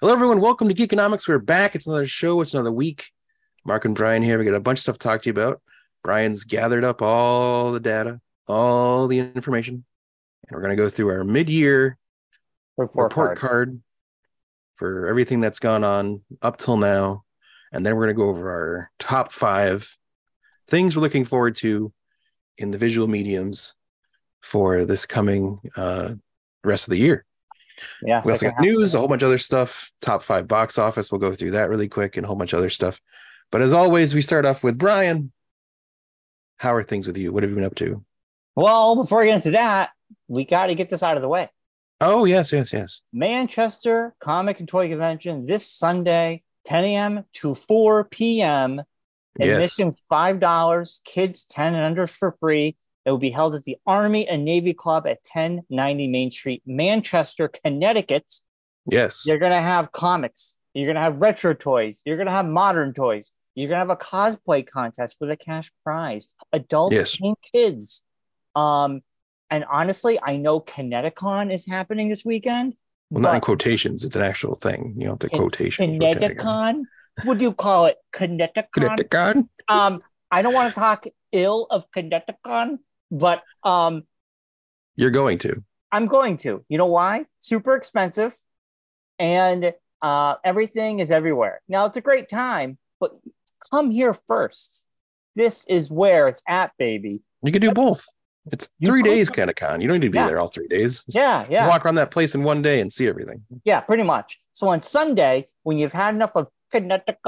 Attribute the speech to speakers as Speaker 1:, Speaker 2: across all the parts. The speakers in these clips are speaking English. Speaker 1: Hello, everyone. Welcome to Geekonomics. We're back. It's another show. It's another week. Mark and Brian here. We got a bunch of stuff to talk to you about. Brian's gathered up all the data, all the information, and we're going to go through our mid-year
Speaker 2: Report,
Speaker 1: report
Speaker 2: card.
Speaker 1: card for everything that's gone on up till now. And then we're going to go over our top five things we're looking forward to in the visual mediums for this coming uh, rest of the year.
Speaker 2: Yeah,
Speaker 1: We also
Speaker 2: second
Speaker 1: got news, a whole bunch of other stuff, top five box office. We'll go through that really quick and a whole bunch of other stuff. But as always, we start off with Brian. How are things with you? What have you been up to?
Speaker 2: half. Well, before we get into that, we got to get this out of the way.
Speaker 1: Oh, yes, yes, yes.
Speaker 2: Manchester Comic and Toy Convention this Sunday, 10 a.m. to 4 p.m.
Speaker 1: Yes.
Speaker 2: Admission $5, kids 10 and under for free. It will be held at the Army and Navy Club at 1090 Main Street, Manchester, Connecticut.
Speaker 1: Yes.
Speaker 2: You're going to have comics. You're going to have retro toys. You're going to have modern toys. You're going to have a cosplay contest with a cash prize, adults
Speaker 1: Yes.
Speaker 2: and kids. Um, and honestly, I know Kineticon is happening this weekend.
Speaker 1: Well, not in
Speaker 2: but
Speaker 1: quotations. It's an actual thing. You know, the
Speaker 2: Kin-
Speaker 1: quotation.
Speaker 2: Kineticon? What do you call it? Kineticon?
Speaker 1: Kineticon.
Speaker 2: Um, I don't want to talk ill of Kineticon, but um,
Speaker 1: You're going to.
Speaker 2: I'm going to. You know why? Super expensive, and uh, everything is everywhere. Now it's a great time, but come here first. This is where it's at, baby.
Speaker 1: You can do both. It's
Speaker 2: You
Speaker 1: three
Speaker 2: could-
Speaker 1: days kind of con. You don't need to be
Speaker 2: Yeah.
Speaker 1: there all three days. Just
Speaker 2: Yeah, yeah,
Speaker 1: Walk around that place in one day and see everything.
Speaker 2: yeah. Pretty much. So on Sunday, when you've had enough of Connecticut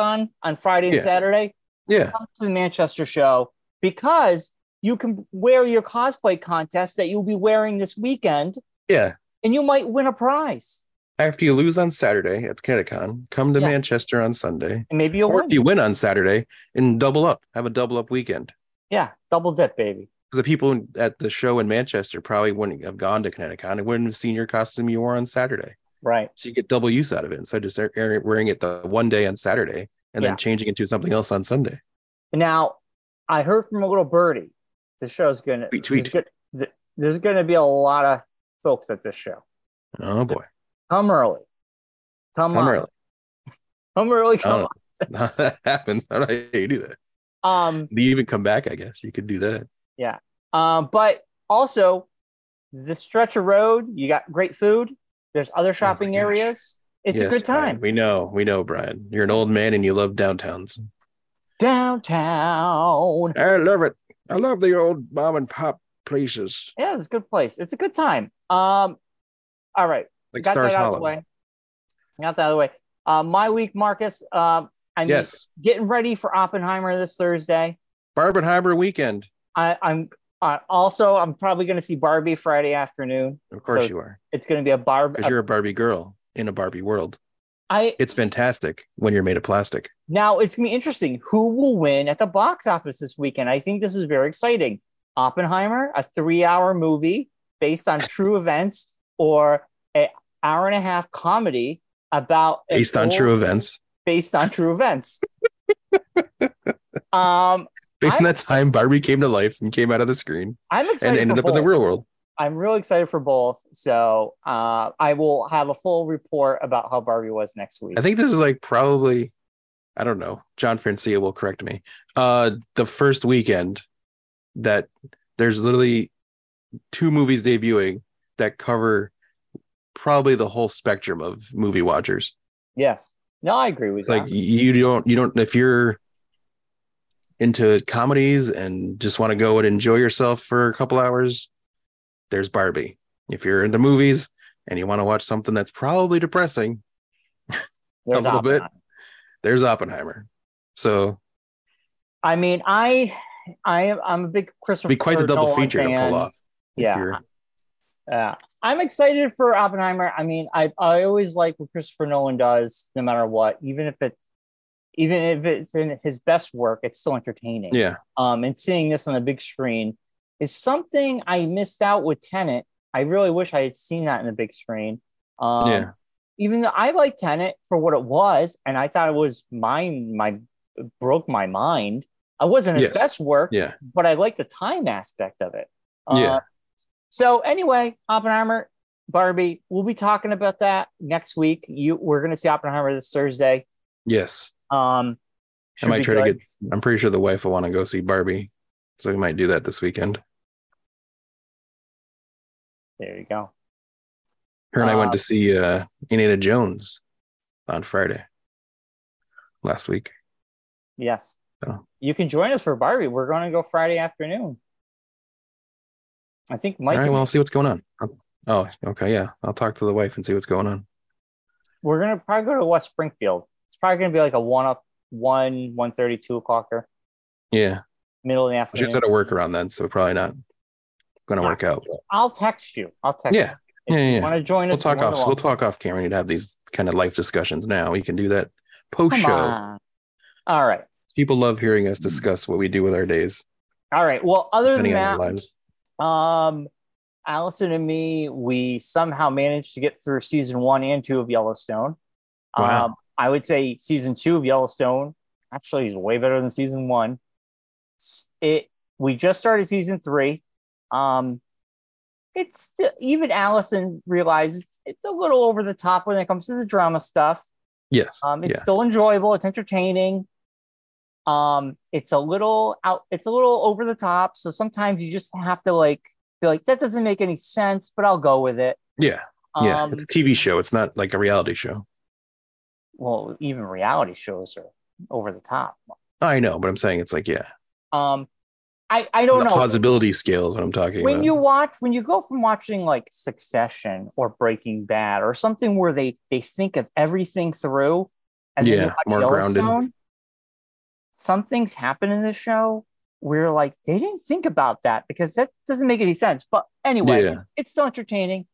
Speaker 2: on Friday and
Speaker 1: Yeah.
Speaker 2: Saturday,
Speaker 1: Yeah.
Speaker 2: come to the Manchester show because you can wear your cosplay contest that you'll be wearing this weekend,
Speaker 1: Yeah.
Speaker 2: and you might win a prize,
Speaker 1: After you lose on Saturday at Kineticon, come to
Speaker 2: Yeah.
Speaker 1: Manchester on Sunday.
Speaker 2: and maybe you'll
Speaker 1: or
Speaker 2: win.
Speaker 1: if you win on Saturday and double up, have a double up weekend.
Speaker 2: yeah, double dip, baby.
Speaker 1: Because the people in- at the show in Manchester probably wouldn't have gone to Connecticut and wouldn't have seen your costume you wore on Saturday.
Speaker 2: Right.
Speaker 1: So you get double use out of it. Instead of just air- air- wearing it the one day on Saturday and
Speaker 2: Yeah.
Speaker 1: then changing it to something else on Sunday.
Speaker 2: Now, I heard from a little birdie. The show's gonna
Speaker 1: Tweet, tweet.
Speaker 2: There's, gonna, there's gonna be a lot of folks at this show.
Speaker 1: Oh boy.
Speaker 2: Come early. Come,
Speaker 1: Come
Speaker 2: on.
Speaker 1: early.
Speaker 2: Come early. Come
Speaker 1: Oh, that happens. I don't know how you do that.
Speaker 2: on. Um.
Speaker 1: You even come back, I guess. You could do that.
Speaker 2: Um. But also, the stretch of road. You got great food. There's other shopping
Speaker 1: Oh gosh.
Speaker 2: areas. It's a
Speaker 1: Yes,
Speaker 2: good
Speaker 1: Brian.
Speaker 2: time.
Speaker 1: We know. We know, Brian. You're an old man and you love downtowns.
Speaker 2: Downtown.
Speaker 1: I love it. I love the old mom and pop places
Speaker 2: Yeah, it's a good place. It's a good time. Um. All right.
Speaker 1: like
Speaker 2: Got
Speaker 1: Stars
Speaker 2: that out of
Speaker 1: Hollow.
Speaker 2: the way. Got that out of the way. Uh, my week, Marcus. Uh, I mean,
Speaker 1: Yes.
Speaker 2: getting ready for Oppenheimer this Thursday.
Speaker 1: Barbenheimer weekend.
Speaker 2: I, I'm uh, also I'm probably going to see Barbie Friday afternoon.
Speaker 1: Of course
Speaker 2: So
Speaker 1: you are,
Speaker 2: It's going to be a Barb.
Speaker 1: because you're a Barbie girl in a Barbie world.
Speaker 2: I
Speaker 1: It's fantastic when you're made of plastic.
Speaker 2: now it's going to be interesting. Who will win at the box office this weekend? I think this is very exciting. Oppenheimer, a three-hour movie based on true events, or an hour and a half comedy about an
Speaker 1: Based on
Speaker 2: old-
Speaker 1: true events.
Speaker 2: based on true events. um,
Speaker 1: Based on
Speaker 2: I-
Speaker 1: that time Barbie came to life and came out of the screen
Speaker 2: I'm
Speaker 1: and
Speaker 2: excited
Speaker 1: ended
Speaker 2: for
Speaker 1: up in the
Speaker 2: both.
Speaker 1: real world.
Speaker 2: I'm really excited for both. So uh, I will have a full report about how Barbie was next week.
Speaker 1: I think this is like probably, I don't know, John Francia will correct me. Uh the first weekend that there's literally two movies debuting that cover probably the whole spectrum of movie watchers.
Speaker 2: yes. No, I agree with
Speaker 1: It's
Speaker 2: that.
Speaker 1: like you don't you don't if you're into comedies and just want to go and enjoy yourself for a couple hours, there's Barbie. If you're into movies and you want to watch something that's probably depressing,
Speaker 2: There's
Speaker 1: little bit.
Speaker 2: Oppenheimer.
Speaker 1: there's Oppenheimer. So
Speaker 2: I mean, I, I am. I'm a big
Speaker 1: it'd
Speaker 2: Christopher.
Speaker 1: be quite the double
Speaker 2: Nolan
Speaker 1: feature to
Speaker 2: fan.
Speaker 1: pull off. if
Speaker 2: Yeah.
Speaker 1: you're-
Speaker 2: Yeah. I'm excited for Oppenheimer. I mean, I I always like what Christopher Nolan does, no matter what, even if it, even if it's in his best work, it's still entertaining.
Speaker 1: yeah.
Speaker 2: um, and seeing this on the big screen is something I missed out with Tenant. I really wish I had seen that in the big screen. Um,
Speaker 1: Yeah.
Speaker 2: Even though I like Tenant for what it was, and I thought it was my my broke my mind. I wasn't his
Speaker 1: Yes.
Speaker 2: best work,
Speaker 1: Yeah.
Speaker 2: but I like the time aspect of it.
Speaker 1: Yeah.
Speaker 2: So anyway, Oppenheimer Barbie, we'll be talking about that next week. You, we're going to see Oppenheimer this Thursday.
Speaker 1: Yes. I
Speaker 2: Um, should
Speaker 1: might
Speaker 2: be
Speaker 1: try to
Speaker 2: good.
Speaker 1: get I'm pretty sure the wife will want to go see Barbie. So we might do that this weekend.
Speaker 2: There you go.
Speaker 1: Her and I went
Speaker 2: Uh,
Speaker 1: to see uh Indiana Jones on Friday last week.
Speaker 2: Yes.
Speaker 1: So.
Speaker 2: You can join us for Barbie. We're going to go Friday afternoon. I think Mike.
Speaker 1: All right,
Speaker 2: and-
Speaker 1: well, I'll see what's going on. Oh, okay, yeah. I'll talk to the wife and see what's going on.
Speaker 2: we're gonna probably go to West Springfield. It's probably gonna be like a one up, one, one thirty, two o'clocker,
Speaker 1: Yeah,
Speaker 2: middle of the
Speaker 1: she's
Speaker 2: afternoon.
Speaker 1: at a work around then, so probably not going to work out.
Speaker 2: I'll text you. I'll text.
Speaker 1: Yeah.
Speaker 2: you. If
Speaker 1: Yeah, yeah,
Speaker 2: you
Speaker 1: yeah.
Speaker 2: want to join
Speaker 1: We'll
Speaker 2: us? you're
Speaker 1: talk
Speaker 2: more
Speaker 1: off.
Speaker 2: than
Speaker 1: We'll
Speaker 2: welcome.
Speaker 1: talk off camera and have these kind of life discussions now. We can do that post
Speaker 2: Come
Speaker 1: show.
Speaker 2: on. All right.
Speaker 1: People love hearing us discuss what we do with our days,
Speaker 2: All right. Well, other than
Speaker 1: depending on
Speaker 2: that,
Speaker 1: our lives.
Speaker 2: um, Allison and me, we somehow managed to get through season one and two of Yellowstone.
Speaker 1: Wow.
Speaker 2: Um, I would say season two of Yellowstone actually is way better than season one. S- It we just started season three. Um, it's still, even Allison realizes it's a little over the top when it comes to the drama stuff.
Speaker 1: Yes.
Speaker 2: Um, it's
Speaker 1: Yeah.
Speaker 2: still enjoyable. It's entertaining. Um, it's a little out. It's a little over the top. So sometimes you just have to like be like, that doesn't make any sense, but I'll go with it.
Speaker 1: Yeah.
Speaker 2: Um,
Speaker 1: yeah. It's a TV show. It's not like a reality show.
Speaker 2: well, even reality shows are over the top.
Speaker 1: I know, but I'm saying it's like, yeah.
Speaker 2: Um, I I don't
Speaker 1: the
Speaker 2: know.
Speaker 1: plausibility scale is what I'm talking
Speaker 2: when
Speaker 1: about.
Speaker 2: you watch when you go from watching like succession or breaking bad or something where they they think of everything through and then you
Speaker 1: Yeah,
Speaker 2: watch
Speaker 1: more grounded.
Speaker 2: Yellowstone, something's happened in the show where like they didn't think about that because that doesn't make any sense but anyway
Speaker 1: Yeah.
Speaker 2: it's still entertaining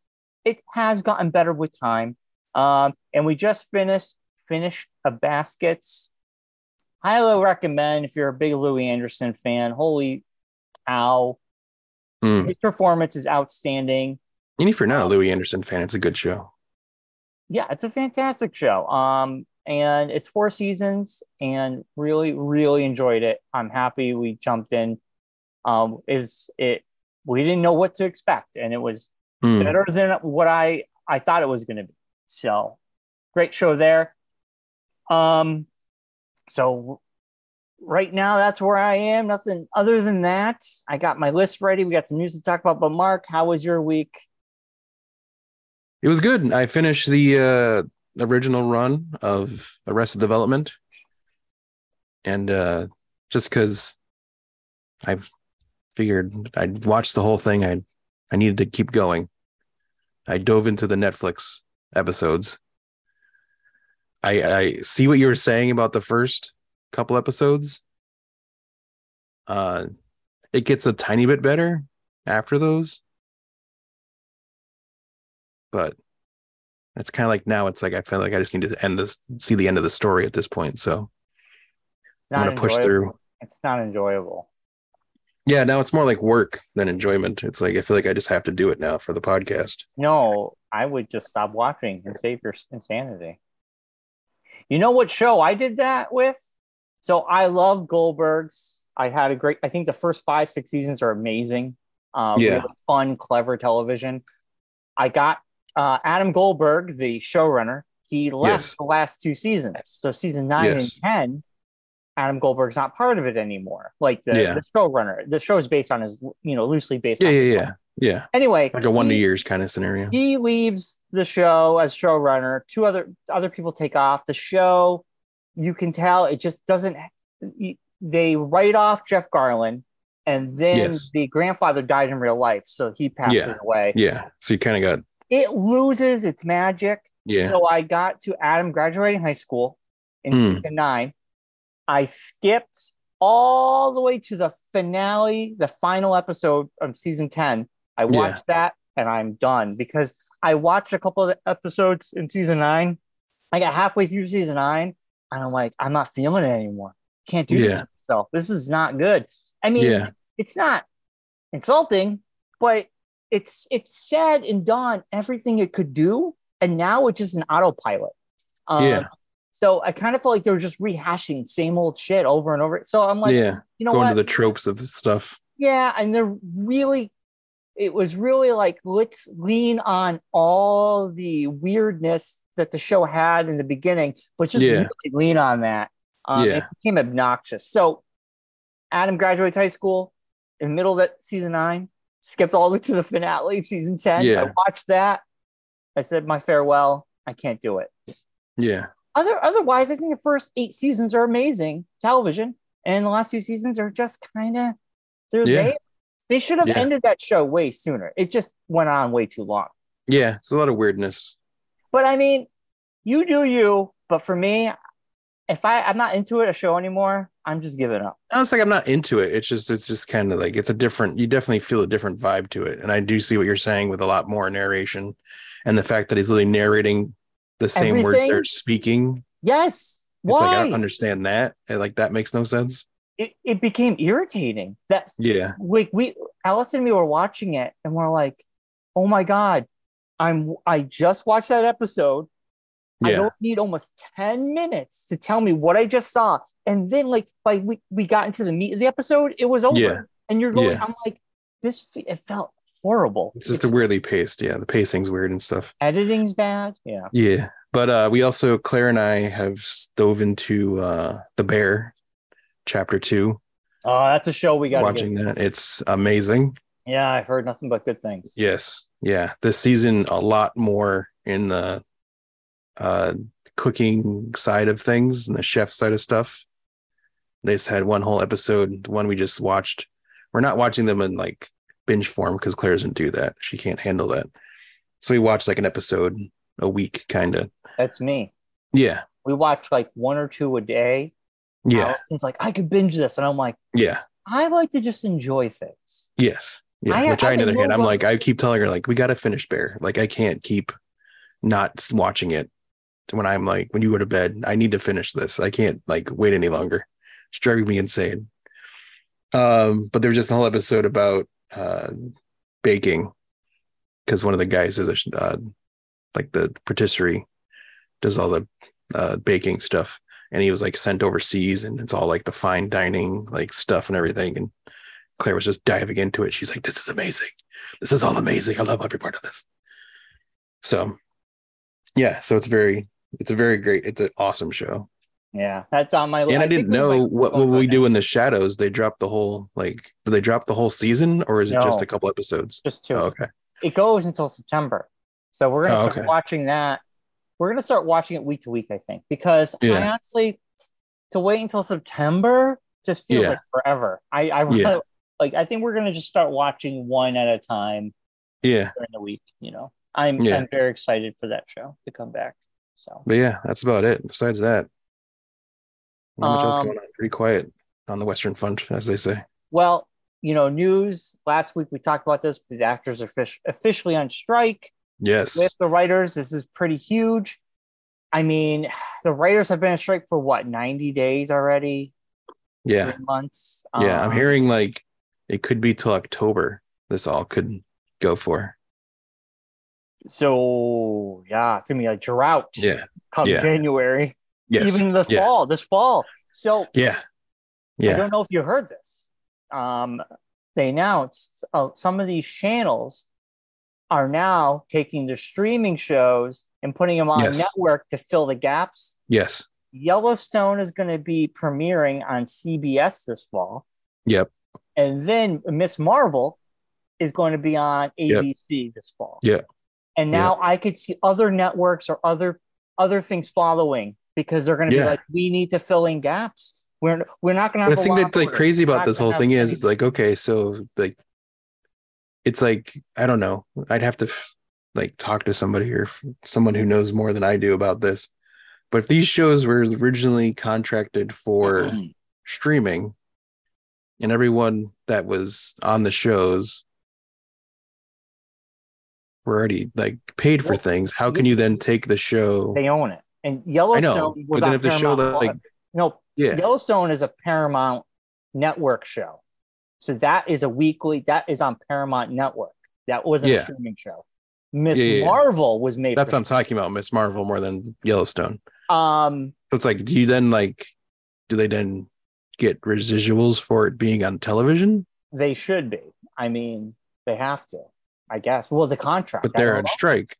Speaker 2: it has gotten better with time um and we just finished finished a baskets highly recommend if you're a big louis anderson fan holy cow
Speaker 1: Mm.
Speaker 2: his performance is outstanding.
Speaker 1: And if you're not a Louis Anderson fan, it's a good show.
Speaker 2: Yeah, it's a fantastic show. Um, and it's four seasons, and really, really enjoyed it. I'm happy we jumped in. Um, is it? We didn't know what to expect, and it was
Speaker 1: Mm.
Speaker 2: better than what I I thought it was going to be. So, great show there. Um, so right now that's where I am. Nothing other than that. I got my list ready. We got some news to talk about. But Mark, how was your week?
Speaker 1: It was good. I finished the uh, original run of Arrested Development, and uh, just because I've figured I'd watched the whole thing, I I needed to keep going. I dove into the Netflix episodes. I I see what you were saying about the first couple episodes. Uh, it gets a tiny bit better after those, but it's kind of like now it's like I feel like I just need to end this, see the end of the story at this point. So I'm gonna push
Speaker 2: enjoyable.
Speaker 1: through.
Speaker 2: It's not enjoyable.
Speaker 1: Yeah, now it's more like work than enjoyment. It's like I feel like I just have to do it now for the podcast.
Speaker 2: No, I would just stop watching and save your insanity. You know what show I did that with? So I love Goldberg's. I had a great. I think the first five six seasons are amazing. Uh,
Speaker 1: Yeah.
Speaker 2: really fun, clever television. I got uh, Adam Goldberg, the showrunner. He left
Speaker 1: Yes.
Speaker 2: the last two seasons, so season nine
Speaker 1: Yes.
Speaker 2: and ten. Adam Goldberg's not part of it anymore. Like the,
Speaker 1: Yeah.
Speaker 2: the showrunner, the show's based on his, you know, loosely based.
Speaker 1: Yeah,
Speaker 2: on
Speaker 1: yeah, yeah, yeah.
Speaker 2: Anyway,
Speaker 1: Like a one to
Speaker 2: he-
Speaker 1: years kind of scenario.
Speaker 2: he leaves the show as showrunner two other other people take off the show you can tell it just doesn't they write off jeff garland and then
Speaker 1: Yes.
Speaker 2: the grandfather died in real life so he passes
Speaker 1: Yeah.
Speaker 2: away
Speaker 1: Yeah. So you kind of got
Speaker 2: it loses its magic
Speaker 1: yeah.
Speaker 2: so i got to adam graduating high school in
Speaker 1: Hmm.
Speaker 2: season nine i skipped all the way to the finale the final episode of season 10 i
Speaker 1: Yeah.
Speaker 2: watched that and i'm done because i watched a couple of the episodes in season nine i got halfway through season nine and i'm like i'm not feeling it anymore can't do this
Speaker 1: Yeah.
Speaker 2: to myself this is not good i mean
Speaker 1: yeah.
Speaker 2: it's not insulting, but it's it's said and done everything it could do, and now it's just an autopilot. Um,
Speaker 1: Yeah.
Speaker 2: So I kind of felt like they were just rehashing same old shit over and over. So I'm like,
Speaker 1: yeah.
Speaker 2: you know
Speaker 1: Going
Speaker 2: what?
Speaker 1: to the tropes of stuff.
Speaker 2: yeah, and they're really it was really like let's lean on all the weirdness that the show had in the beginning, but just
Speaker 1: Yeah.
Speaker 2: really lean on that. Um,
Speaker 1: Yeah.
Speaker 2: It became obnoxious. So Adam graduates high school in the middle of that season nine, skipped all the way to the finale of season 10.
Speaker 1: Yeah.
Speaker 2: I watched that. I said my farewell. I can't do it.
Speaker 1: Yeah.
Speaker 2: Other otherwise, I think the first eight seasons are amazing television, and the last two seasons are just kind of they're
Speaker 1: Yeah.
Speaker 2: there. They should have
Speaker 1: Yeah.
Speaker 2: ended that show way sooner. It just went on way too long.
Speaker 1: Yeah. It's a lot of weirdness.
Speaker 2: But I mean, you do you. But for me, if I I'm not into it a show anymore, I'm just giving up.
Speaker 1: No, It's like I'm not into it. It's just it's just kind of like it's a different. You definitely feel a different vibe to it, and I do see what you're saying with a lot more narration, and the fact that he's literally narrating the same words
Speaker 2: Everything?
Speaker 1: they're speaking.
Speaker 2: Yes.
Speaker 1: It's like I
Speaker 2: Why?
Speaker 1: don't understand that. And, like that makes no sense.
Speaker 2: it, it became irritating. That
Speaker 1: Yeah.
Speaker 2: like we Alice and me were watching it and we're like, oh my God, I'm I just watched that episode. I
Speaker 1: Yeah.
Speaker 2: don't need almost 10 minutes to tell me what I just saw. And then like by we, we got into the meat of the episode, it was over.
Speaker 1: Yeah.
Speaker 2: And you're going,
Speaker 1: Yeah.
Speaker 2: I'm like, this fe- it felt horrible.
Speaker 1: It's just
Speaker 2: It's-
Speaker 1: weirdly paced. Yeah. The pacing's weird and stuff.
Speaker 2: editing's bad. Yeah.
Speaker 1: Yeah. But uh we also Claire and I have stove into uh The Bear chapter 2
Speaker 2: Oh, that's a show we got
Speaker 1: watching that. It's amazing.
Speaker 2: Yeah, I've heard nothing but good things.
Speaker 1: Yes. Yeah. This season a lot more in the uh cooking side of things and the chef side of stuff. They just had one whole episode, the one we just watched. We're not watching them in like binge form because Claire doesn't do that. She can't handle that. So we watched like an episode a week kind of.
Speaker 2: That's me.
Speaker 1: Yeah.
Speaker 2: We watch like one or two a day.
Speaker 1: Yeah.
Speaker 2: Allison's like, I could binge this. And I'm like,
Speaker 1: Yeah.
Speaker 2: I like to just enjoy things.
Speaker 1: Yes. Yeah.
Speaker 2: I-
Speaker 1: Which I,
Speaker 2: I
Speaker 1: on the other
Speaker 2: know
Speaker 1: hand, I'm
Speaker 2: what-
Speaker 1: like, I keep telling her, like, we got to finish Bear. Like, I can't keep not s- watching it when I'm like, when you go to bed, I need to finish this. I can't, like, wait any longer. It's driving me insane. Um, but there was just a whole episode about uh, baking because one of the guys is a, sh- uh, like the patisserie does all the uh, baking stuff and he was like sent overseas and it's all like the fine dining like stuff and everything and claire was just diving into it she's like this is amazing this is all amazing i love every part of this so yeah so it's very it's a very great it's an awesome show
Speaker 2: Yeah. That's on my list.
Speaker 1: and i, didn't know what will we do in the shadows they dropped the whole like do they drop the whole season or is it just
Speaker 2: No.
Speaker 1: a couple episodes
Speaker 2: Just two.
Speaker 1: oh, okay
Speaker 2: it goes until September. So we're gonna
Speaker 1: Oh,
Speaker 2: start
Speaker 1: okay.
Speaker 2: watching that. We're gonna start watching it week to week, I think, because I
Speaker 1: Yeah.
Speaker 2: honestly to wait until September just feels
Speaker 1: Yeah.
Speaker 2: like forever. I, I
Speaker 1: Yeah.
Speaker 2: really- like I think we're gonna just start watching one at a time
Speaker 1: yeah
Speaker 2: during the week, you know. I'm
Speaker 1: Yeah.
Speaker 2: I'm very excited for that show to come back. So
Speaker 1: but yeah that's about it besides that not much else
Speaker 2: Um,
Speaker 1: going on pretty quiet on the western front as they say
Speaker 2: well, you know, news last week we talked about this, but the actors are fish, officially on strike.
Speaker 1: yes
Speaker 2: with the writers. This is pretty huge. I mean, the writers have been on strike for what, 90 days already?
Speaker 1: yeah
Speaker 2: Three months?
Speaker 1: Yeah, I'm
Speaker 2: Um,
Speaker 1: hearing like it could be till October. This all could go for.
Speaker 2: So, yeah, it's going to be a drought
Speaker 1: Yeah.
Speaker 2: come
Speaker 1: yeah.
Speaker 2: January,
Speaker 1: Yes.
Speaker 2: even this
Speaker 1: yeah.
Speaker 2: fall, this fall. So,
Speaker 1: Yeah. Yeah.
Speaker 2: I don't know if you heard this. Um, they announced uh, some of these channels are now taking their streaming shows and putting them on
Speaker 1: Yes.
Speaker 2: network to fill the gaps
Speaker 1: Yes.
Speaker 2: Yellowstone is going to be premiering on CBS this fall.
Speaker 1: Yep.
Speaker 2: And then Miss Marvel is going to be on
Speaker 1: Yep.
Speaker 2: ABC this fall.
Speaker 1: Yeah.
Speaker 2: And now I could see other networks or other other things following because they're going to
Speaker 1: Yeah.
Speaker 2: be like, we need to fill in gaps. We're we're not going to.
Speaker 1: But
Speaker 2: Have
Speaker 1: the
Speaker 2: a
Speaker 1: thing
Speaker 2: Law
Speaker 1: that's
Speaker 2: and
Speaker 1: like
Speaker 2: Order.
Speaker 1: crazy
Speaker 2: We're
Speaker 1: about
Speaker 2: not
Speaker 1: this
Speaker 2: gonna
Speaker 1: whole
Speaker 2: have
Speaker 1: thing is
Speaker 2: any-
Speaker 1: it's like okay, so like it's like I don't know. I'd have to f- like talk to somebody or f- someone who knows more than I do about this. But if these shows were originally contracted for
Speaker 2: Mm-hmm.
Speaker 1: streaming and everyone that was on the shows were already like paid for
Speaker 2: Well,
Speaker 1: things how can you then take the show
Speaker 2: they own it. And
Speaker 1: i
Speaker 2: Yellowstone
Speaker 1: know but
Speaker 2: was
Speaker 1: then
Speaker 2: on
Speaker 1: if the show
Speaker 2: Paramount+.
Speaker 1: like
Speaker 2: no,
Speaker 1: yeah
Speaker 2: Yellowstone is a Paramount Network show. So that is a weekly, that is on Paramount Network. That wasn't
Speaker 1: Yeah.
Speaker 2: a streaming show. Miss
Speaker 1: Yeah, yeah, yeah.
Speaker 2: Marvel was made.
Speaker 1: that's
Speaker 2: for-
Speaker 1: what i'm talking about miss marvel more than yellowstone
Speaker 2: um,
Speaker 1: so it's like do you then like do they then get residuals for it being on television
Speaker 2: they should be. I mean, They have to, I guess. Well, the contract.
Speaker 1: but
Speaker 2: I
Speaker 1: they're
Speaker 2: don't
Speaker 1: on
Speaker 2: know.
Speaker 1: strike.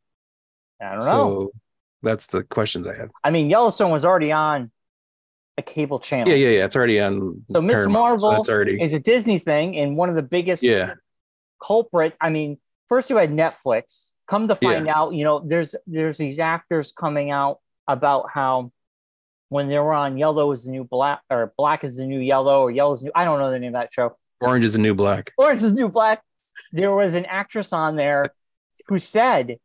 Speaker 2: I don't know.
Speaker 1: So that's the questions I had.
Speaker 2: I mean, Yellowstone was already on a cable channel.
Speaker 1: Yeah, yeah, yeah. It's already on.
Speaker 2: So Miss
Speaker 1: Paramount,
Speaker 2: Marvel
Speaker 1: that's already.
Speaker 2: It's a Disney thing, and one of the biggest
Speaker 1: Yeah.
Speaker 2: culprits. I mean, first you had Netflix. Come to find out, you know, there's there's these actors coming out about how when they were on Yellow is the new black or Black is the new Yellow or Yellow's new. I don't know the name of that show.
Speaker 1: Orange is the new black.
Speaker 2: Orange is the New Black. There was an actress on there who said,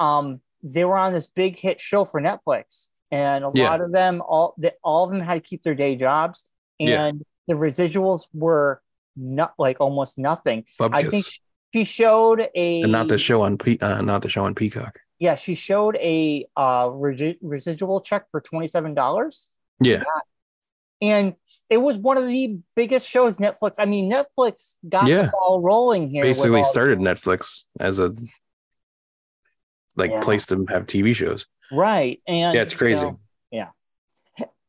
Speaker 2: um, they were on this big hit show for Netflix, and a
Speaker 1: Yeah.
Speaker 2: lot of them, all that, all of them had to keep their day jobs, and
Speaker 1: Yeah.
Speaker 2: the residuals were not like almost nothing. I
Speaker 1: Bubkus.
Speaker 2: think she showed a
Speaker 1: and not the show on Pe- uh, not the show on Peacock.
Speaker 2: yeah, she showed a uh resi- residual check for twenty seven dollars.
Speaker 1: Yeah.
Speaker 2: And it was one of the biggest shows Netflix. I mean, Netflix got
Speaker 1: Yeah.
Speaker 2: the ball rolling here. with
Speaker 1: Basically
Speaker 2: all-
Speaker 1: started Netflix as a like
Speaker 2: Yeah.
Speaker 1: place to have TV shows.
Speaker 2: right, and
Speaker 1: Yeah, it's
Speaker 2: you
Speaker 1: crazy.
Speaker 2: know,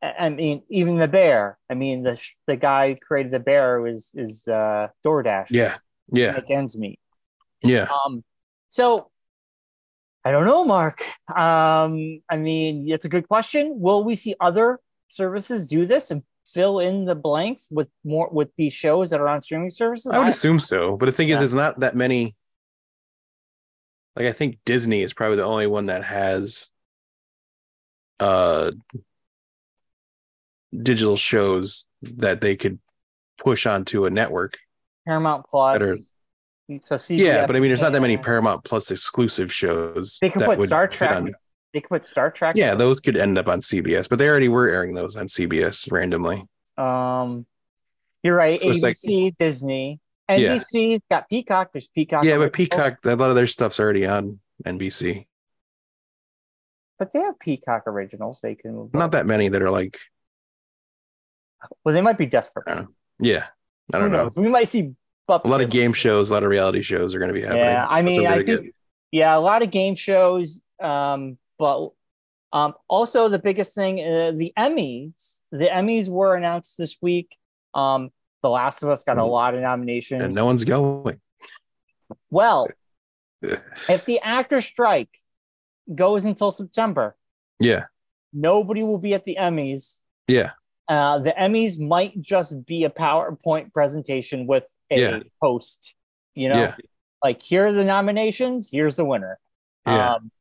Speaker 2: I I mean, even the bear. I mean, the sh- the guy who created the bear was is uh, DoorDash.
Speaker 1: Yeah. Yeah.
Speaker 2: make ends meet.
Speaker 1: Yeah.
Speaker 2: Um, so I don't know, Mark. Um, I mean, it's a good question. Will we see other services do this and fill in the blanks with more with these shows that are on streaming services?
Speaker 1: I would
Speaker 2: I-
Speaker 1: assume so. But the thing
Speaker 2: Yeah.
Speaker 1: is it's not that many like I think Disney is probably the only one that has uh digital shows that they could push onto a network.
Speaker 2: Paramount Plus.
Speaker 1: Better-
Speaker 2: So CBS,
Speaker 1: Yeah, but I mean, there's not that many
Speaker 2: and
Speaker 1: Paramount Plus exclusive shows.
Speaker 2: They could
Speaker 1: that
Speaker 2: put
Speaker 1: would
Speaker 2: Star
Speaker 1: fit
Speaker 2: Trek.
Speaker 1: on-
Speaker 2: They could put Star Trek.
Speaker 1: Yeah, those could end up on CBS, but they already were airing those on CBS randomly.
Speaker 2: Um, you're right.
Speaker 1: So it's like-
Speaker 2: ABC, Disney,
Speaker 1: Yeah.
Speaker 2: NBC got Peacock. There's Peacock.
Speaker 1: yeah,
Speaker 2: Original,
Speaker 1: but Peacock, a lot of their stuff's already on NBC.
Speaker 2: But they have Peacock originals. They can move.
Speaker 1: Not
Speaker 2: Not
Speaker 1: that many that are like,
Speaker 2: well, they might be desperate.
Speaker 1: I don't yeah, I don't
Speaker 2: Who
Speaker 1: know.
Speaker 2: knows? We might see
Speaker 1: A lot of game shows, a lot of reality shows are going to be happening.
Speaker 2: Yeah, I
Speaker 1: That's
Speaker 2: mean,
Speaker 1: what
Speaker 2: I
Speaker 1: they
Speaker 2: think
Speaker 1: get.
Speaker 2: yeah, a lot of game shows. Um, but um, also the biggest thing, uh, the Emmys. The Emmys were announced this week. Um, The Last of Us got a
Speaker 1: Mhm.
Speaker 2: lot of nominations.
Speaker 1: and no one's going.
Speaker 2: well, if the actor strike goes until September,
Speaker 1: Yeah,
Speaker 2: nobody will be at the Emmys.
Speaker 1: yeah,
Speaker 2: Uh, the Emmys might just be a PowerPoint presentation with a
Speaker 1: Yeah.
Speaker 2: host. You know,
Speaker 1: yeah,
Speaker 2: like here are the nominations, here's the winner.
Speaker 1: yeah.
Speaker 2: Um,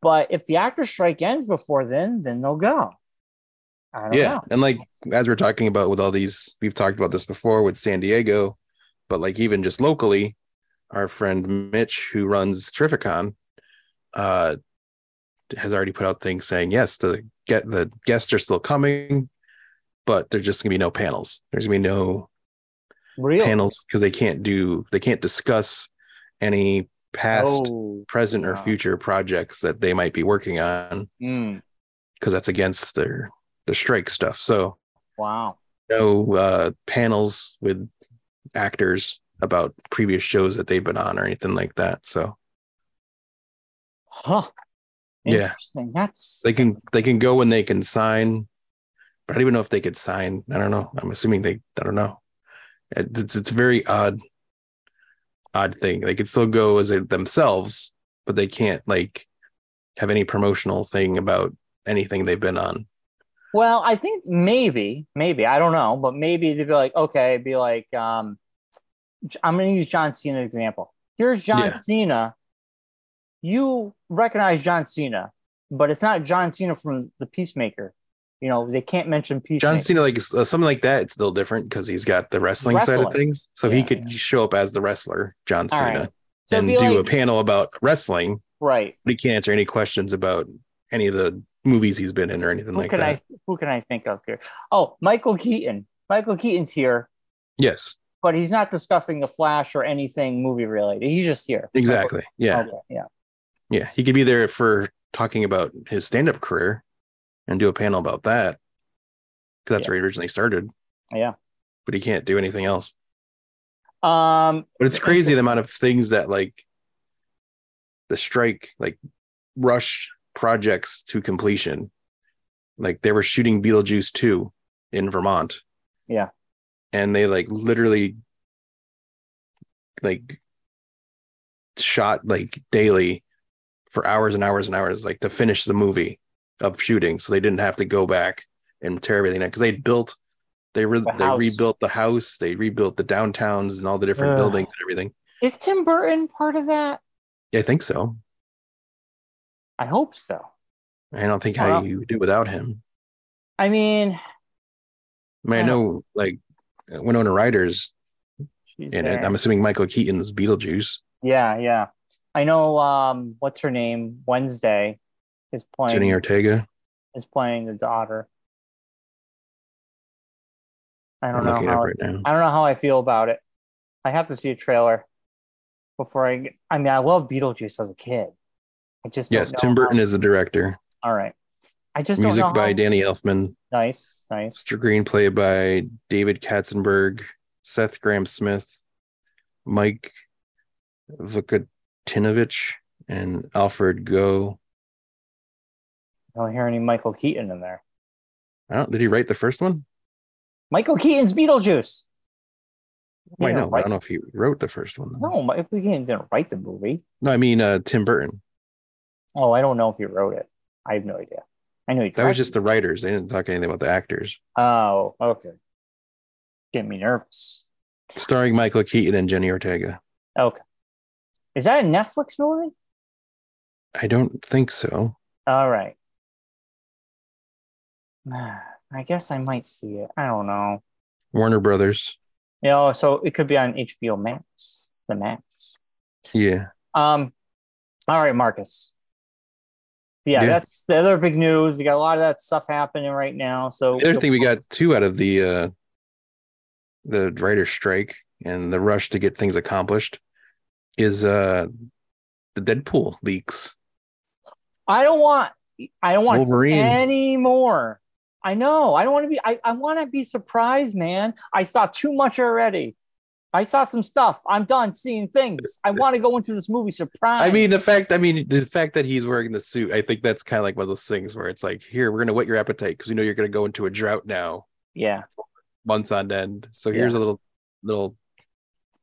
Speaker 2: but if the actor strike ends before then, then they'll go. I don't
Speaker 1: yeah
Speaker 2: know.
Speaker 1: and like as we're talking about with all these we've talked about this before with san diego but like even just locally our friend mitch who runs terrificon uh has already put out things saying yes the get the guests are still coming but there's just gonna be no panels there's gonna be no
Speaker 2: Real.
Speaker 1: panels because they can't do they can't discuss any past
Speaker 2: Oh,
Speaker 1: present or
Speaker 2: Wow.
Speaker 1: future projects that they might be working on
Speaker 2: mm,
Speaker 1: because that's against their the strike stuff so
Speaker 2: wow.
Speaker 1: no uh, panels with actors about previous shows that they've been on or anything like that. So
Speaker 2: Huh.
Speaker 1: Yeah.
Speaker 2: Interesting. That's
Speaker 1: they can they can go when they can sign. But I don't even know if they could sign. I don't know. I'm assuming they. I don't know. It- It's it's a very odd, odd thing. They could still go as it themselves, but they can't like have any promotional thing about anything they've been on.
Speaker 2: well, I think maybe, maybe, I don't know, but maybe they'd be like, okay, be like, um, J- I'm gonna use John Cena as an example. Here's John
Speaker 1: Yeah.
Speaker 2: Cena. You recognize John Cena, but it's not John Cena from the Peacemaker. You know, they can't mention Peacemaker.
Speaker 1: John Cena, like uh, something like that, it's still different because he's got the wrestling, side of
Speaker 2: Wrestling.
Speaker 1: things. So
Speaker 2: Yeah,
Speaker 1: he could show up as the wrestler, John
Speaker 2: All
Speaker 1: Cena,
Speaker 2: right. So
Speaker 1: and
Speaker 2: it'd be
Speaker 1: do
Speaker 2: like-
Speaker 1: a panel about wrestling,
Speaker 2: right.
Speaker 1: but he can't answer any questions about any of the movies he's been in or anything
Speaker 2: who
Speaker 1: like
Speaker 2: can
Speaker 1: that.
Speaker 2: I who can I think of here? Oh, Michael Keaton. Michael Keaton's here,
Speaker 1: Yes,
Speaker 2: but he's not discussing the Flash or anything movie related. He's just here.
Speaker 1: exactly.
Speaker 2: Oh.
Speaker 1: Yeah,
Speaker 2: Okay, yeah.
Speaker 1: yeah. He could be there for talking about his stand-up career and do a panel about that because that's
Speaker 2: Yeah.
Speaker 1: where he originally started.
Speaker 2: Yeah.
Speaker 1: but he can't do anything else.
Speaker 2: Um,
Speaker 1: But it's crazy the amount of things that like the strike like rushed projects to completion. Like they were shooting Beetlejuice 2 in Vermont.
Speaker 2: Yeah.
Speaker 1: And they like literally like shot like daily for hours and hours and hours, like to finish the movie of shooting, so they didn't have to go back and tear everything down because they built. They, re-
Speaker 2: The
Speaker 1: they
Speaker 2: house.
Speaker 1: rebuilt the house. They rebuilt the downtowns and all the different
Speaker 3: Ugh.
Speaker 1: buildings and everything.
Speaker 2: Is Tim Burton part of that?
Speaker 1: Yeah, I think so.
Speaker 2: I hope so.
Speaker 1: I don't think
Speaker 2: Wow.
Speaker 1: how you do without him.
Speaker 2: I mean,
Speaker 1: I mean, I
Speaker 2: Yeah.
Speaker 1: know like Winona Ryder's
Speaker 2: she's
Speaker 1: in
Speaker 2: there.
Speaker 1: it. I'm assuming Michael Keaton's Beetlejuice.
Speaker 2: yeah, yeah. I know. Um, what's her name? Wednesday is playing
Speaker 1: Jenny Ortega.
Speaker 2: is playing the daughter. I
Speaker 1: I'm
Speaker 2: don't
Speaker 1: looking it
Speaker 2: know
Speaker 1: up
Speaker 2: how
Speaker 1: right now.
Speaker 2: I don't know how I feel about it. I have to see a trailer before I. get- I mean, I love Beetlejuice as a kid. I just
Speaker 1: Yes,
Speaker 2: don't know
Speaker 1: Tim Burton
Speaker 2: how-
Speaker 1: is the director.
Speaker 2: all right. I just
Speaker 1: Music
Speaker 2: don't know
Speaker 1: by
Speaker 2: how,
Speaker 1: Danny Elfman.
Speaker 2: nice, nice.
Speaker 1: Screenplay by David Katzenberg, Seth Graham Smith, Mike Vukatinovich, and Alfred Go.
Speaker 2: I don't hear any Michael Keaton in there.
Speaker 1: I don't, did he write the first one?
Speaker 2: Michael Keaton's Beetlejuice.
Speaker 1: Why
Speaker 2: Yeah,
Speaker 1: no? I
Speaker 2: right.
Speaker 1: don't know if he wrote the first one.
Speaker 2: No, Michael Keaton didn't write the movie.
Speaker 1: No, I mean uh, Tim Burton.
Speaker 2: Oh, I don't know if he wrote it. I have no idea. I know he.
Speaker 1: That was
Speaker 2: directed
Speaker 1: just the writers. They didn't talk anything about the actors.
Speaker 2: it. Oh, okay. Get me nervous.
Speaker 1: Starring Michael Keaton and Jenny Ortega.
Speaker 2: Is that a Netflix movie?
Speaker 1: I don't think so.
Speaker 2: All right. I guess I might see it. I don't know.
Speaker 1: Warner Brothers.
Speaker 2: You know, so it could be on HBO Max, the Max.
Speaker 1: Yeah.
Speaker 2: Um, all right, Marcus. Yeah,
Speaker 1: Yeah.
Speaker 2: that's the other big news. We got a lot of that stuff happening right now. So
Speaker 1: The other thing we got two out of the uh the writer's strike and the rush to get things accomplished is uh the Deadpool leaks.
Speaker 2: I don't want. I don't want
Speaker 1: Wolverine.
Speaker 2: any more. I know. I don't want to be. I, I want to be surprised, man. I saw too much already. I saw some stuff. I'm done seeing things. I want to go into this movie surprised.
Speaker 1: I mean the fact I mean the fact that he's wearing the suit, I think that's kind of like one of those things where it's like, here, we're gonna whet your appetite because we know you're gonna go into a drought now,
Speaker 2: yeah.
Speaker 1: months on end. So here's a little little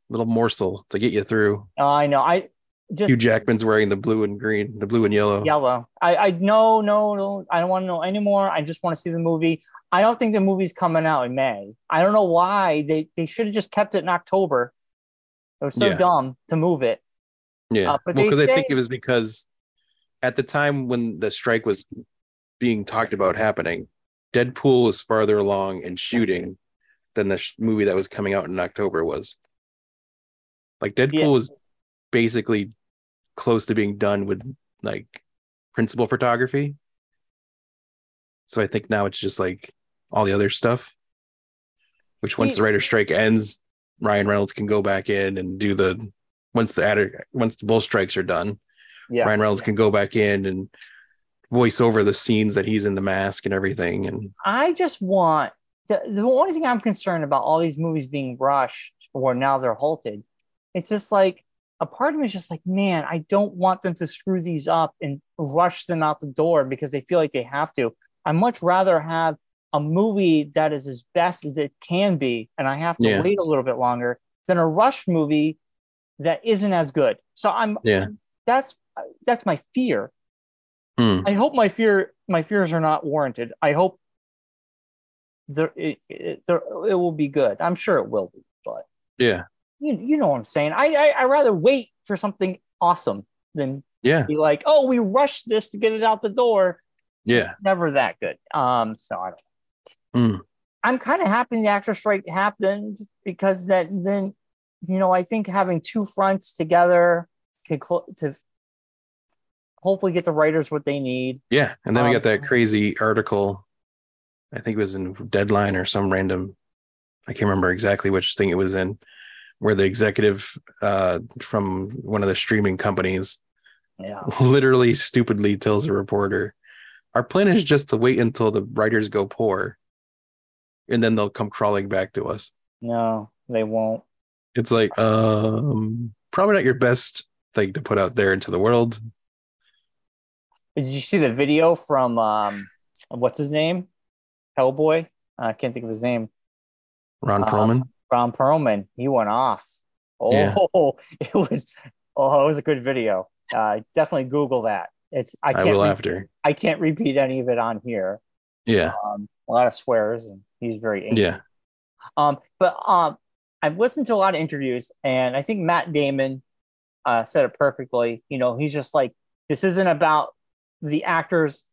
Speaker 1: little morsel to get you through.
Speaker 2: Oh, I know. I just
Speaker 1: Hugh Jackman's wearing the blue and green, the blue and yellow.
Speaker 2: Yellow. I, I no, no, no. I don't want to know anymore. I just want to see the movie. I don't think the movie's coming out in May. I don't know why they they should have just kept it in October. It was so
Speaker 1: Yeah.
Speaker 2: dumb to move it.
Speaker 1: Yeah,
Speaker 2: Uh, but
Speaker 1: well,
Speaker 2: they
Speaker 1: because I think
Speaker 2: say-
Speaker 1: it was because at the time when the strike was being talked about happening, Deadpool was farther along in shooting than the sh- movie that was coming out in October was. Like Deadpool
Speaker 2: Yeah.
Speaker 1: was basically close to being done with like principal photography. So I think now it's just like all the other stuff. Which once
Speaker 2: See-
Speaker 1: the writer's strike ends, Ryan Reynolds can go back in and do the once the adder, once the bull strikes are done,
Speaker 2: Yeah.
Speaker 1: Ryan Reynolds can go back in and voice over the scenes that he's in the mask and everything. And
Speaker 2: I just want the, the only thing I'm concerned about all these movies being rushed or now they're halted. It's just like a part of me is just like, man, I don't want them to screw these up and rush them out the door because they feel like they have to. I much rather have a movie that is as best as it can be, and I have to
Speaker 1: Yeah.
Speaker 2: wait a little bit longer than a rushed movie that isn't as good. So I'm
Speaker 1: Yeah.
Speaker 2: that's that's my fear.
Speaker 1: Hmm.
Speaker 2: I hope my fear my fears are not warranted. I hope there it, it, there it will be good. I'm sure it will be, but
Speaker 1: yeah,
Speaker 2: you you know what I'm saying. I I I rather wait for something awesome than
Speaker 1: yeah,
Speaker 2: be like, oh, we rushed this to get it out the door.
Speaker 1: yeah.
Speaker 2: It's never that good. Um, so I don't.
Speaker 1: Hmm.
Speaker 2: I'm kind of happy the actor strike happened because that then, you know, I think having two fronts together could cl- to hopefully get the writers what they need.
Speaker 1: Yeah, and then we
Speaker 2: Um,
Speaker 1: got that crazy article. I think it was in Deadline or some random. I can't remember exactly which thing it was in, where the executive uh, from one of the streaming companies
Speaker 2: Yeah.
Speaker 1: literally stupidly tells a reporter, "Our plan is just to wait until the writers go poor, and then they'll come crawling back to us."
Speaker 2: No, they won't.
Speaker 1: It's like, um, probably not your best thing to put out there into the world.
Speaker 2: Did you see the video from um, what's his name? Hellboy. Uh, I can't think of his name.
Speaker 1: Ron
Speaker 2: Uh,
Speaker 1: Perlman.
Speaker 2: Ron Perlman. He went off. Oh,
Speaker 1: Yeah.
Speaker 2: it was oh, it was a good video. Uh, definitely Google that. It's I
Speaker 1: I,
Speaker 2: can't
Speaker 1: will
Speaker 2: re-
Speaker 1: after.
Speaker 2: I can't repeat any of it on here.
Speaker 1: Yeah.
Speaker 2: Um, a lot of swears and he's very angry.
Speaker 1: Yeah.
Speaker 2: Um, but um, I've listened to a lot of interviews, and I think Matt Damon uh, said it perfectly. You know, he's just like, this isn't about the actors.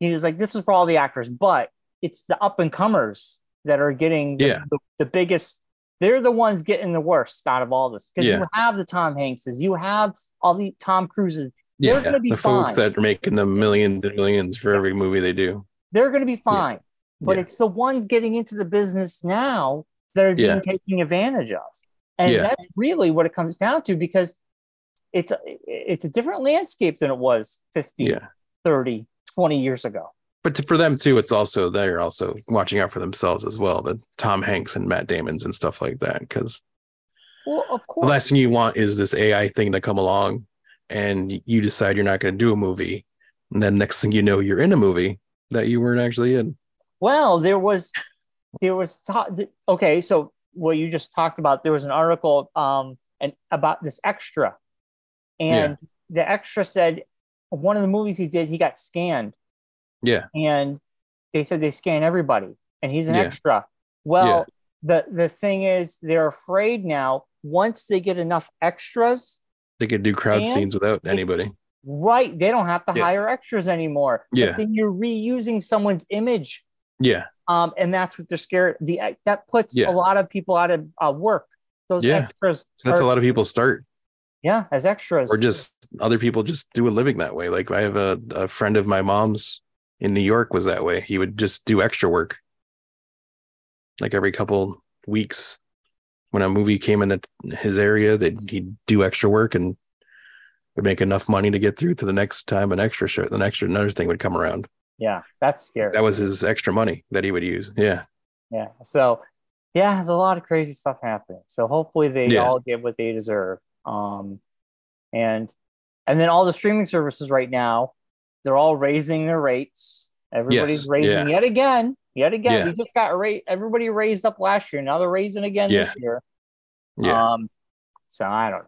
Speaker 2: He was like, this is for all the actors, but it's the up and comers that are getting the,
Speaker 1: Yeah.
Speaker 2: the, the biggest. They're the ones getting the worst out of all this because
Speaker 1: Yeah.
Speaker 2: you have the Tom Hankses, you have all the Tom Cruises. They're
Speaker 1: Yeah.
Speaker 2: gonna be
Speaker 1: the folks
Speaker 2: fine.
Speaker 1: that are making the millions and millions for every movie they do.
Speaker 2: They're going to be fine, but
Speaker 1: Yeah.
Speaker 2: it's the ones getting into the business now that are being
Speaker 1: Yeah.
Speaker 2: taken advantage of, and
Speaker 1: Yeah.
Speaker 2: that's really what it comes down to because it's a, it's a different landscape than it was 50,
Speaker 1: Yeah.
Speaker 2: 30, 20 years ago.
Speaker 1: But to, for them too, it's also they're also watching out for themselves as well. The Tom Hanks and Matt Damon's and stuff like that. Because
Speaker 2: Well, of
Speaker 1: the
Speaker 2: course,
Speaker 1: last thing you want is this AI thing to come along and you decide you're not going to do a movie. And then next thing you know, you're in a movie that you weren't actually in.
Speaker 2: Well, there was, there was ta- th- okay. So what you just talked about, there was an article um and about this extra, and the extra said one of the movies he did, he got scanned.
Speaker 1: Yeah.
Speaker 2: and they said they scan everybody, and he's an
Speaker 1: Yeah.
Speaker 2: extra. Well, the the thing is, they're afraid now. Once they get enough extras,
Speaker 1: They could do crowd
Speaker 2: And-
Speaker 1: scenes without anybody.
Speaker 2: right? They don't have to
Speaker 1: Yeah.
Speaker 2: hire extras anymore. But
Speaker 1: Yeah.
Speaker 2: then you're reusing someone's image.
Speaker 1: Yeah.
Speaker 2: um, and that's what they're scared. The uh, that puts
Speaker 1: Yeah.
Speaker 2: a lot of people out of uh, work. Those
Speaker 1: Yeah.
Speaker 2: extras,
Speaker 1: That's
Speaker 2: are-
Speaker 1: a lot of people start.
Speaker 2: yeah, as extras.
Speaker 1: or just other people just do a living that way. Like I have a, a friend of my mom's in New York was that way. He would just do extra work. Like every couple weeks when a movie came in the, his area that he'd do extra work and would make enough money to get through to the next time an extra show, the next another thing would come around.
Speaker 2: yeah, that's scary.
Speaker 1: That was his extra money that he would use. Yeah.
Speaker 2: yeah, so yeah, there's a lot of crazy stuff happening. So hopefully they
Speaker 1: Yeah.
Speaker 2: all get what they deserve. Um, and and then all the streaming services right now, they're all raising their rates. Everybody's
Speaker 1: Yes,
Speaker 2: raising
Speaker 1: yeah.
Speaker 2: yet again, yet again.
Speaker 1: Yeah.
Speaker 2: We just got rate. Everybody raised up last year. Now they're raising again
Speaker 1: Yeah.
Speaker 2: this year.
Speaker 1: Yeah.
Speaker 2: Um, so I don't.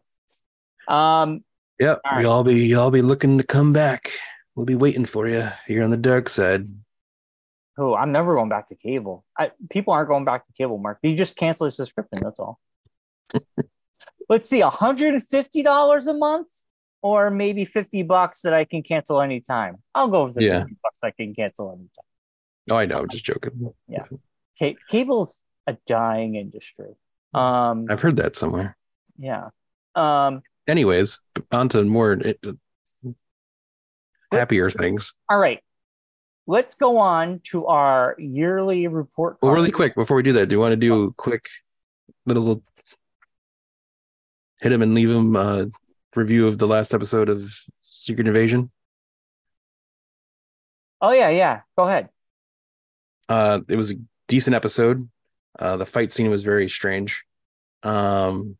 Speaker 2: know. Um,
Speaker 1: yeah.
Speaker 2: all right.
Speaker 1: We all be y'all be looking to come back. We'll be waiting for you here on the dark side.
Speaker 2: Oh, I'm never going back to cable. I, people aren't going back to cable, Mark. You just cancel the subscription. That's all. Let's see, $150 a month or maybe 50 bucks that I can cancel anytime. I'll go with the
Speaker 1: Yeah.
Speaker 2: 50 bucks I can cancel anytime.
Speaker 1: Oh, I know. I'm just joking.
Speaker 2: Ca- cable's a dying industry. Um,
Speaker 1: I've heard that somewhere.
Speaker 2: yeah. Um,
Speaker 1: anyways, on to more it, happier things.
Speaker 2: all right. Let's go on to our yearly report.
Speaker 1: Well,
Speaker 2: card.
Speaker 1: really quick before we do that, do you want to do a quick little hit him and leave him uh, review of the last episode of Secret Invasion?
Speaker 2: Oh, yeah, yeah. Go ahead.
Speaker 1: Uh, it was a decent episode. Uh, the fight scene was very strange. Um,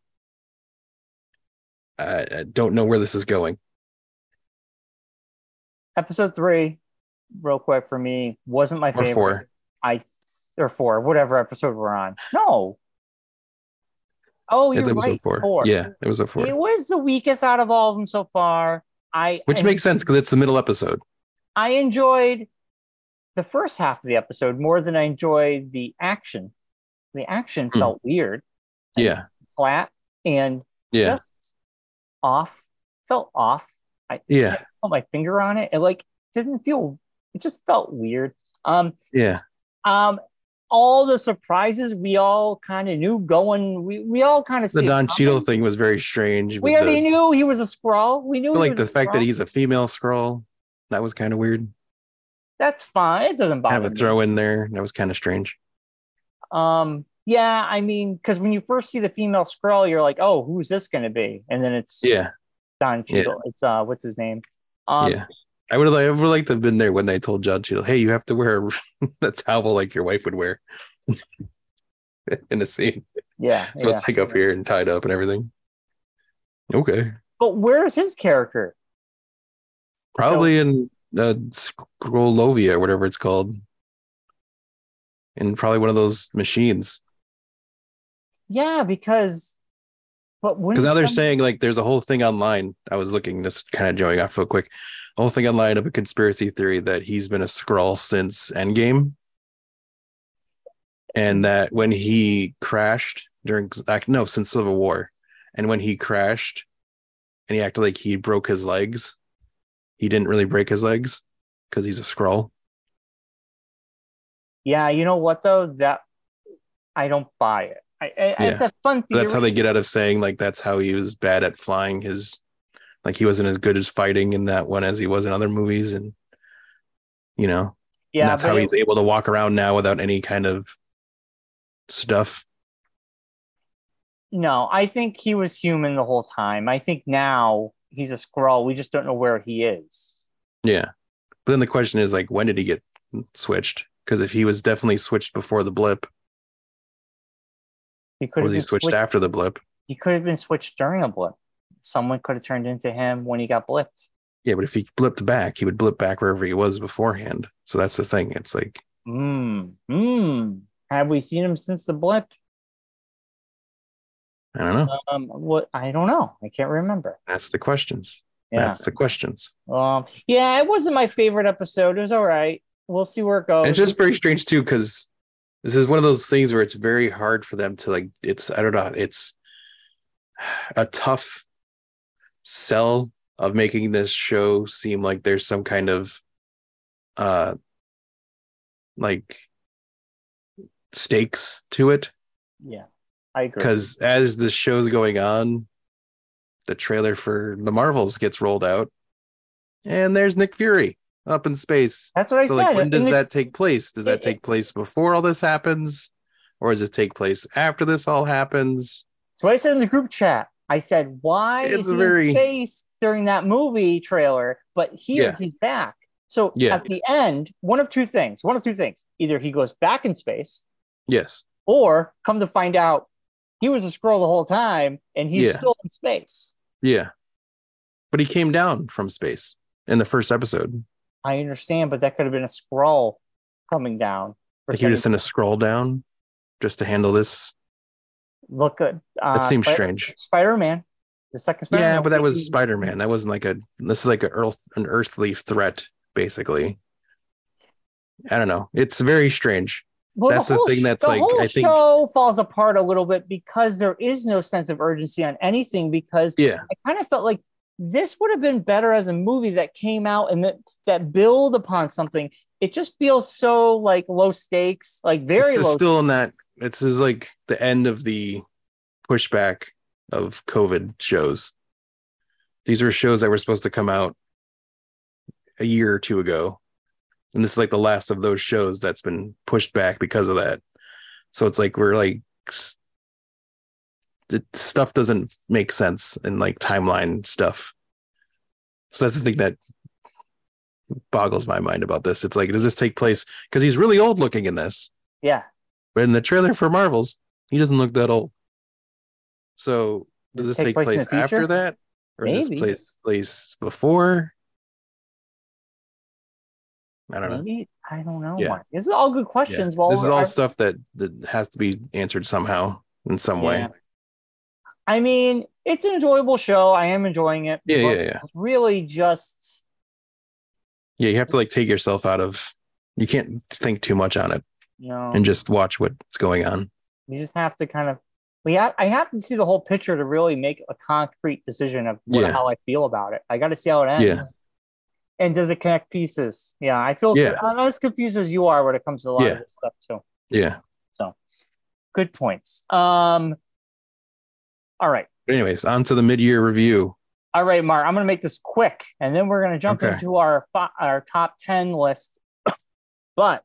Speaker 1: I, I don't know where this is going.
Speaker 2: Episode three, real quick for me, wasn't my
Speaker 1: Or
Speaker 2: favorite.
Speaker 1: four.
Speaker 2: I or four, whatever episode we're on. No. Oh, you're
Speaker 1: It's episode
Speaker 2: right.
Speaker 1: four. Yeah, it was a four,
Speaker 2: It was the weakest out of all of them so far. I
Speaker 1: which
Speaker 2: and
Speaker 1: makes sense because it's the middle episode.
Speaker 2: I enjoyed the first half of the episode more than I enjoyed the action. The action
Speaker 1: Hmm.
Speaker 2: felt weird,
Speaker 1: Yeah,
Speaker 2: flat, and
Speaker 1: yeah,
Speaker 2: just off. Felt off.
Speaker 1: yeah,
Speaker 2: Put my finger on it. It like didn't feel. It just felt weird. Um,
Speaker 1: yeah,
Speaker 2: um all the surprises we all kind of knew going we, we all kind of
Speaker 1: the Don Cheadle thing was very strange. with
Speaker 2: we already
Speaker 1: the-
Speaker 2: knew he was a scroll we knew
Speaker 1: I feel
Speaker 2: he
Speaker 1: like
Speaker 2: was
Speaker 1: the
Speaker 2: a
Speaker 1: fact that
Speaker 2: Skrull.
Speaker 1: he's a female scroll, that was kind of weird.
Speaker 2: that's fine it doesn't bother
Speaker 1: Have a
Speaker 2: me.
Speaker 1: throw in there. That was kind of strange.
Speaker 2: um yeah i mean because when you first see the female scroll you're like oh who's this going to be and then it's
Speaker 1: Yeah.
Speaker 2: don
Speaker 1: Yeah.
Speaker 2: Cheadle. it's uh what's his name um
Speaker 1: yeah. I would have I would like to have been there when they told John Cheadle, hey, you have to wear a towel like your wife would wear in the scene.
Speaker 2: yeah,
Speaker 1: So it's
Speaker 2: yeah.
Speaker 1: like up here and tied up and everything. Okay.
Speaker 2: but where's his character
Speaker 1: Probably in uh, Scrollovia or whatever it's called. In probably one of those machines.
Speaker 2: yeah because But
Speaker 1: Because
Speaker 2: because
Speaker 1: now they're saying like there's a whole thing online. I was looking just kind of going off real quick. A whole thing online of a conspiracy theory that he's been a scroll since Endgame. And that when he crashed during like, no, since Civil War. And when he crashed and he acted like he broke his legs, he didn't really break his legs because he's a scroll.
Speaker 2: yeah, you know what though that I don't buy it. I, I,
Speaker 1: Yeah.
Speaker 2: It's a fun theory.
Speaker 1: That's how they get out of saying like that's how he was bad at flying his like he wasn't as good as fighting in that one as he was in other movies and you know
Speaker 2: yeah,
Speaker 1: and that's
Speaker 2: but
Speaker 1: how
Speaker 2: it-
Speaker 1: he's able to walk around now without any kind of stuff.
Speaker 2: No, I think he was human the whole time. I think now he's a scroll. We just don't know where he is.
Speaker 1: Yeah. But then the question is like when did he get switched? Because if he was definitely switched before the blip,
Speaker 2: He
Speaker 1: or
Speaker 2: could have
Speaker 1: was he
Speaker 2: been
Speaker 1: switched
Speaker 2: switched.
Speaker 1: after the blip?
Speaker 2: He could have been switched during a blip. Someone could have turned into him when he got blipped.
Speaker 1: Yeah, but if he blipped back, he would blip back wherever he was beforehand. So that's the thing. It's like
Speaker 2: Hmm. Hmm. Have we seen him since the blip?
Speaker 1: I don't know.
Speaker 2: Um. What? I don't know. I can't remember.
Speaker 1: That's the questions.
Speaker 2: Yeah.
Speaker 1: That's the questions.
Speaker 2: Um. Yeah. It wasn't my favorite episode. It was all right. We'll see where it goes.
Speaker 1: And it's just very strange too because this is one of those things where it's very hard for them to like it's i don't know it's a tough sell of making this show seem like there's some kind of uh like stakes to it
Speaker 2: yeah. I agree.
Speaker 1: because as the show's going on the trailer for the marvels gets rolled out and there's nick fury up in space
Speaker 2: that's what I
Speaker 1: so
Speaker 2: said.
Speaker 1: like when does
Speaker 2: And it-
Speaker 1: that take place does that
Speaker 2: it-
Speaker 1: take place before all this happens or does it take place after this all happens
Speaker 2: So I said in the group chat, I said, "Why
Speaker 1: It's
Speaker 2: is he
Speaker 1: very-
Speaker 2: in space during that movie trailer? But here
Speaker 1: Yeah.
Speaker 2: he's back." So
Speaker 1: Yeah.
Speaker 2: at the end, one of two things. One of two things. Either he goes back in space,
Speaker 1: yes
Speaker 2: or come to find out he was a scroll the whole time and he's
Speaker 1: Yeah.
Speaker 2: still in space.
Speaker 1: yeah but he came down from space in the first episode
Speaker 2: I understand, but that could have been a scroll coming down.
Speaker 1: like he would
Speaker 2: pretending
Speaker 1: just send a scroll down just to handle this
Speaker 2: to look good.
Speaker 1: that
Speaker 2: Uh,
Speaker 1: seems
Speaker 2: Spider-
Speaker 1: strange
Speaker 2: Spider-Man, the second Spider-Man.
Speaker 1: yeah but that was
Speaker 2: he's-
Speaker 1: spider-man that wasn't like a this is like a earth an earthly threat basically i don't know it's very strange
Speaker 2: Well,
Speaker 1: That's the
Speaker 2: whole
Speaker 1: thing
Speaker 2: sh-
Speaker 1: that's
Speaker 2: the
Speaker 1: like,
Speaker 2: whole
Speaker 1: I think-
Speaker 2: show falls apart a little bit because there is no sense of urgency on anything. Because
Speaker 1: yeah
Speaker 2: I kind of felt like this would have been better as a movie that came out and that that build upon something. It just feels so like low stakes, like very
Speaker 1: this is
Speaker 2: low.
Speaker 1: still in that this is like the end of the pushback of covid shows these were shows that were supposed to come out a year or two ago and this is like the last of those shows that's been pushed back because of that so it's like we're like s- it, stuff doesn't make sense in like timeline stuff so that's the thing that boggles my mind about this it's like does this take place because he's really old looking in this
Speaker 2: yeah,
Speaker 1: but in the trailer for Marvels, he doesn't look that old. So does this take, place,
Speaker 2: in the
Speaker 1: after
Speaker 2: future?
Speaker 1: that? Or does this
Speaker 2: Maybe.
Speaker 1: place place before? I don't know.
Speaker 2: maybe it's- I don't know.
Speaker 1: Yeah.
Speaker 2: Mark. This is all good
Speaker 1: Yeah.
Speaker 2: questions. Well,
Speaker 1: This is all
Speaker 2: I,
Speaker 1: stuff that, that has to be answered somehow in some way.
Speaker 2: Yeah. I mean, it's an enjoyable show. I am enjoying it.
Speaker 1: Yeah,
Speaker 2: but
Speaker 1: yeah, yeah.
Speaker 2: It's really just
Speaker 1: Yeah, you have to like take yourself out of you can't think too much on it
Speaker 2: you know.
Speaker 1: and just watch what's going on.
Speaker 2: you just have to kind of we have, I have to see the whole picture to really make a concrete decision of what,
Speaker 1: Yeah.
Speaker 2: how I feel about it. I got to see how it ends.
Speaker 1: Yeah.
Speaker 2: And does it connect pieces? Yeah, I feel
Speaker 1: Yeah.
Speaker 2: I'm as confused as you are when it comes to a lot
Speaker 1: Yeah.
Speaker 2: of this stuff too.
Speaker 1: Yeah.
Speaker 2: Good points. Um, all right,
Speaker 1: But anyways, on to the mid year review.
Speaker 2: all right, Mark. I'm going to make this quick, and then we're going to jump
Speaker 1: Okay.
Speaker 2: into our fi- our top ten list. but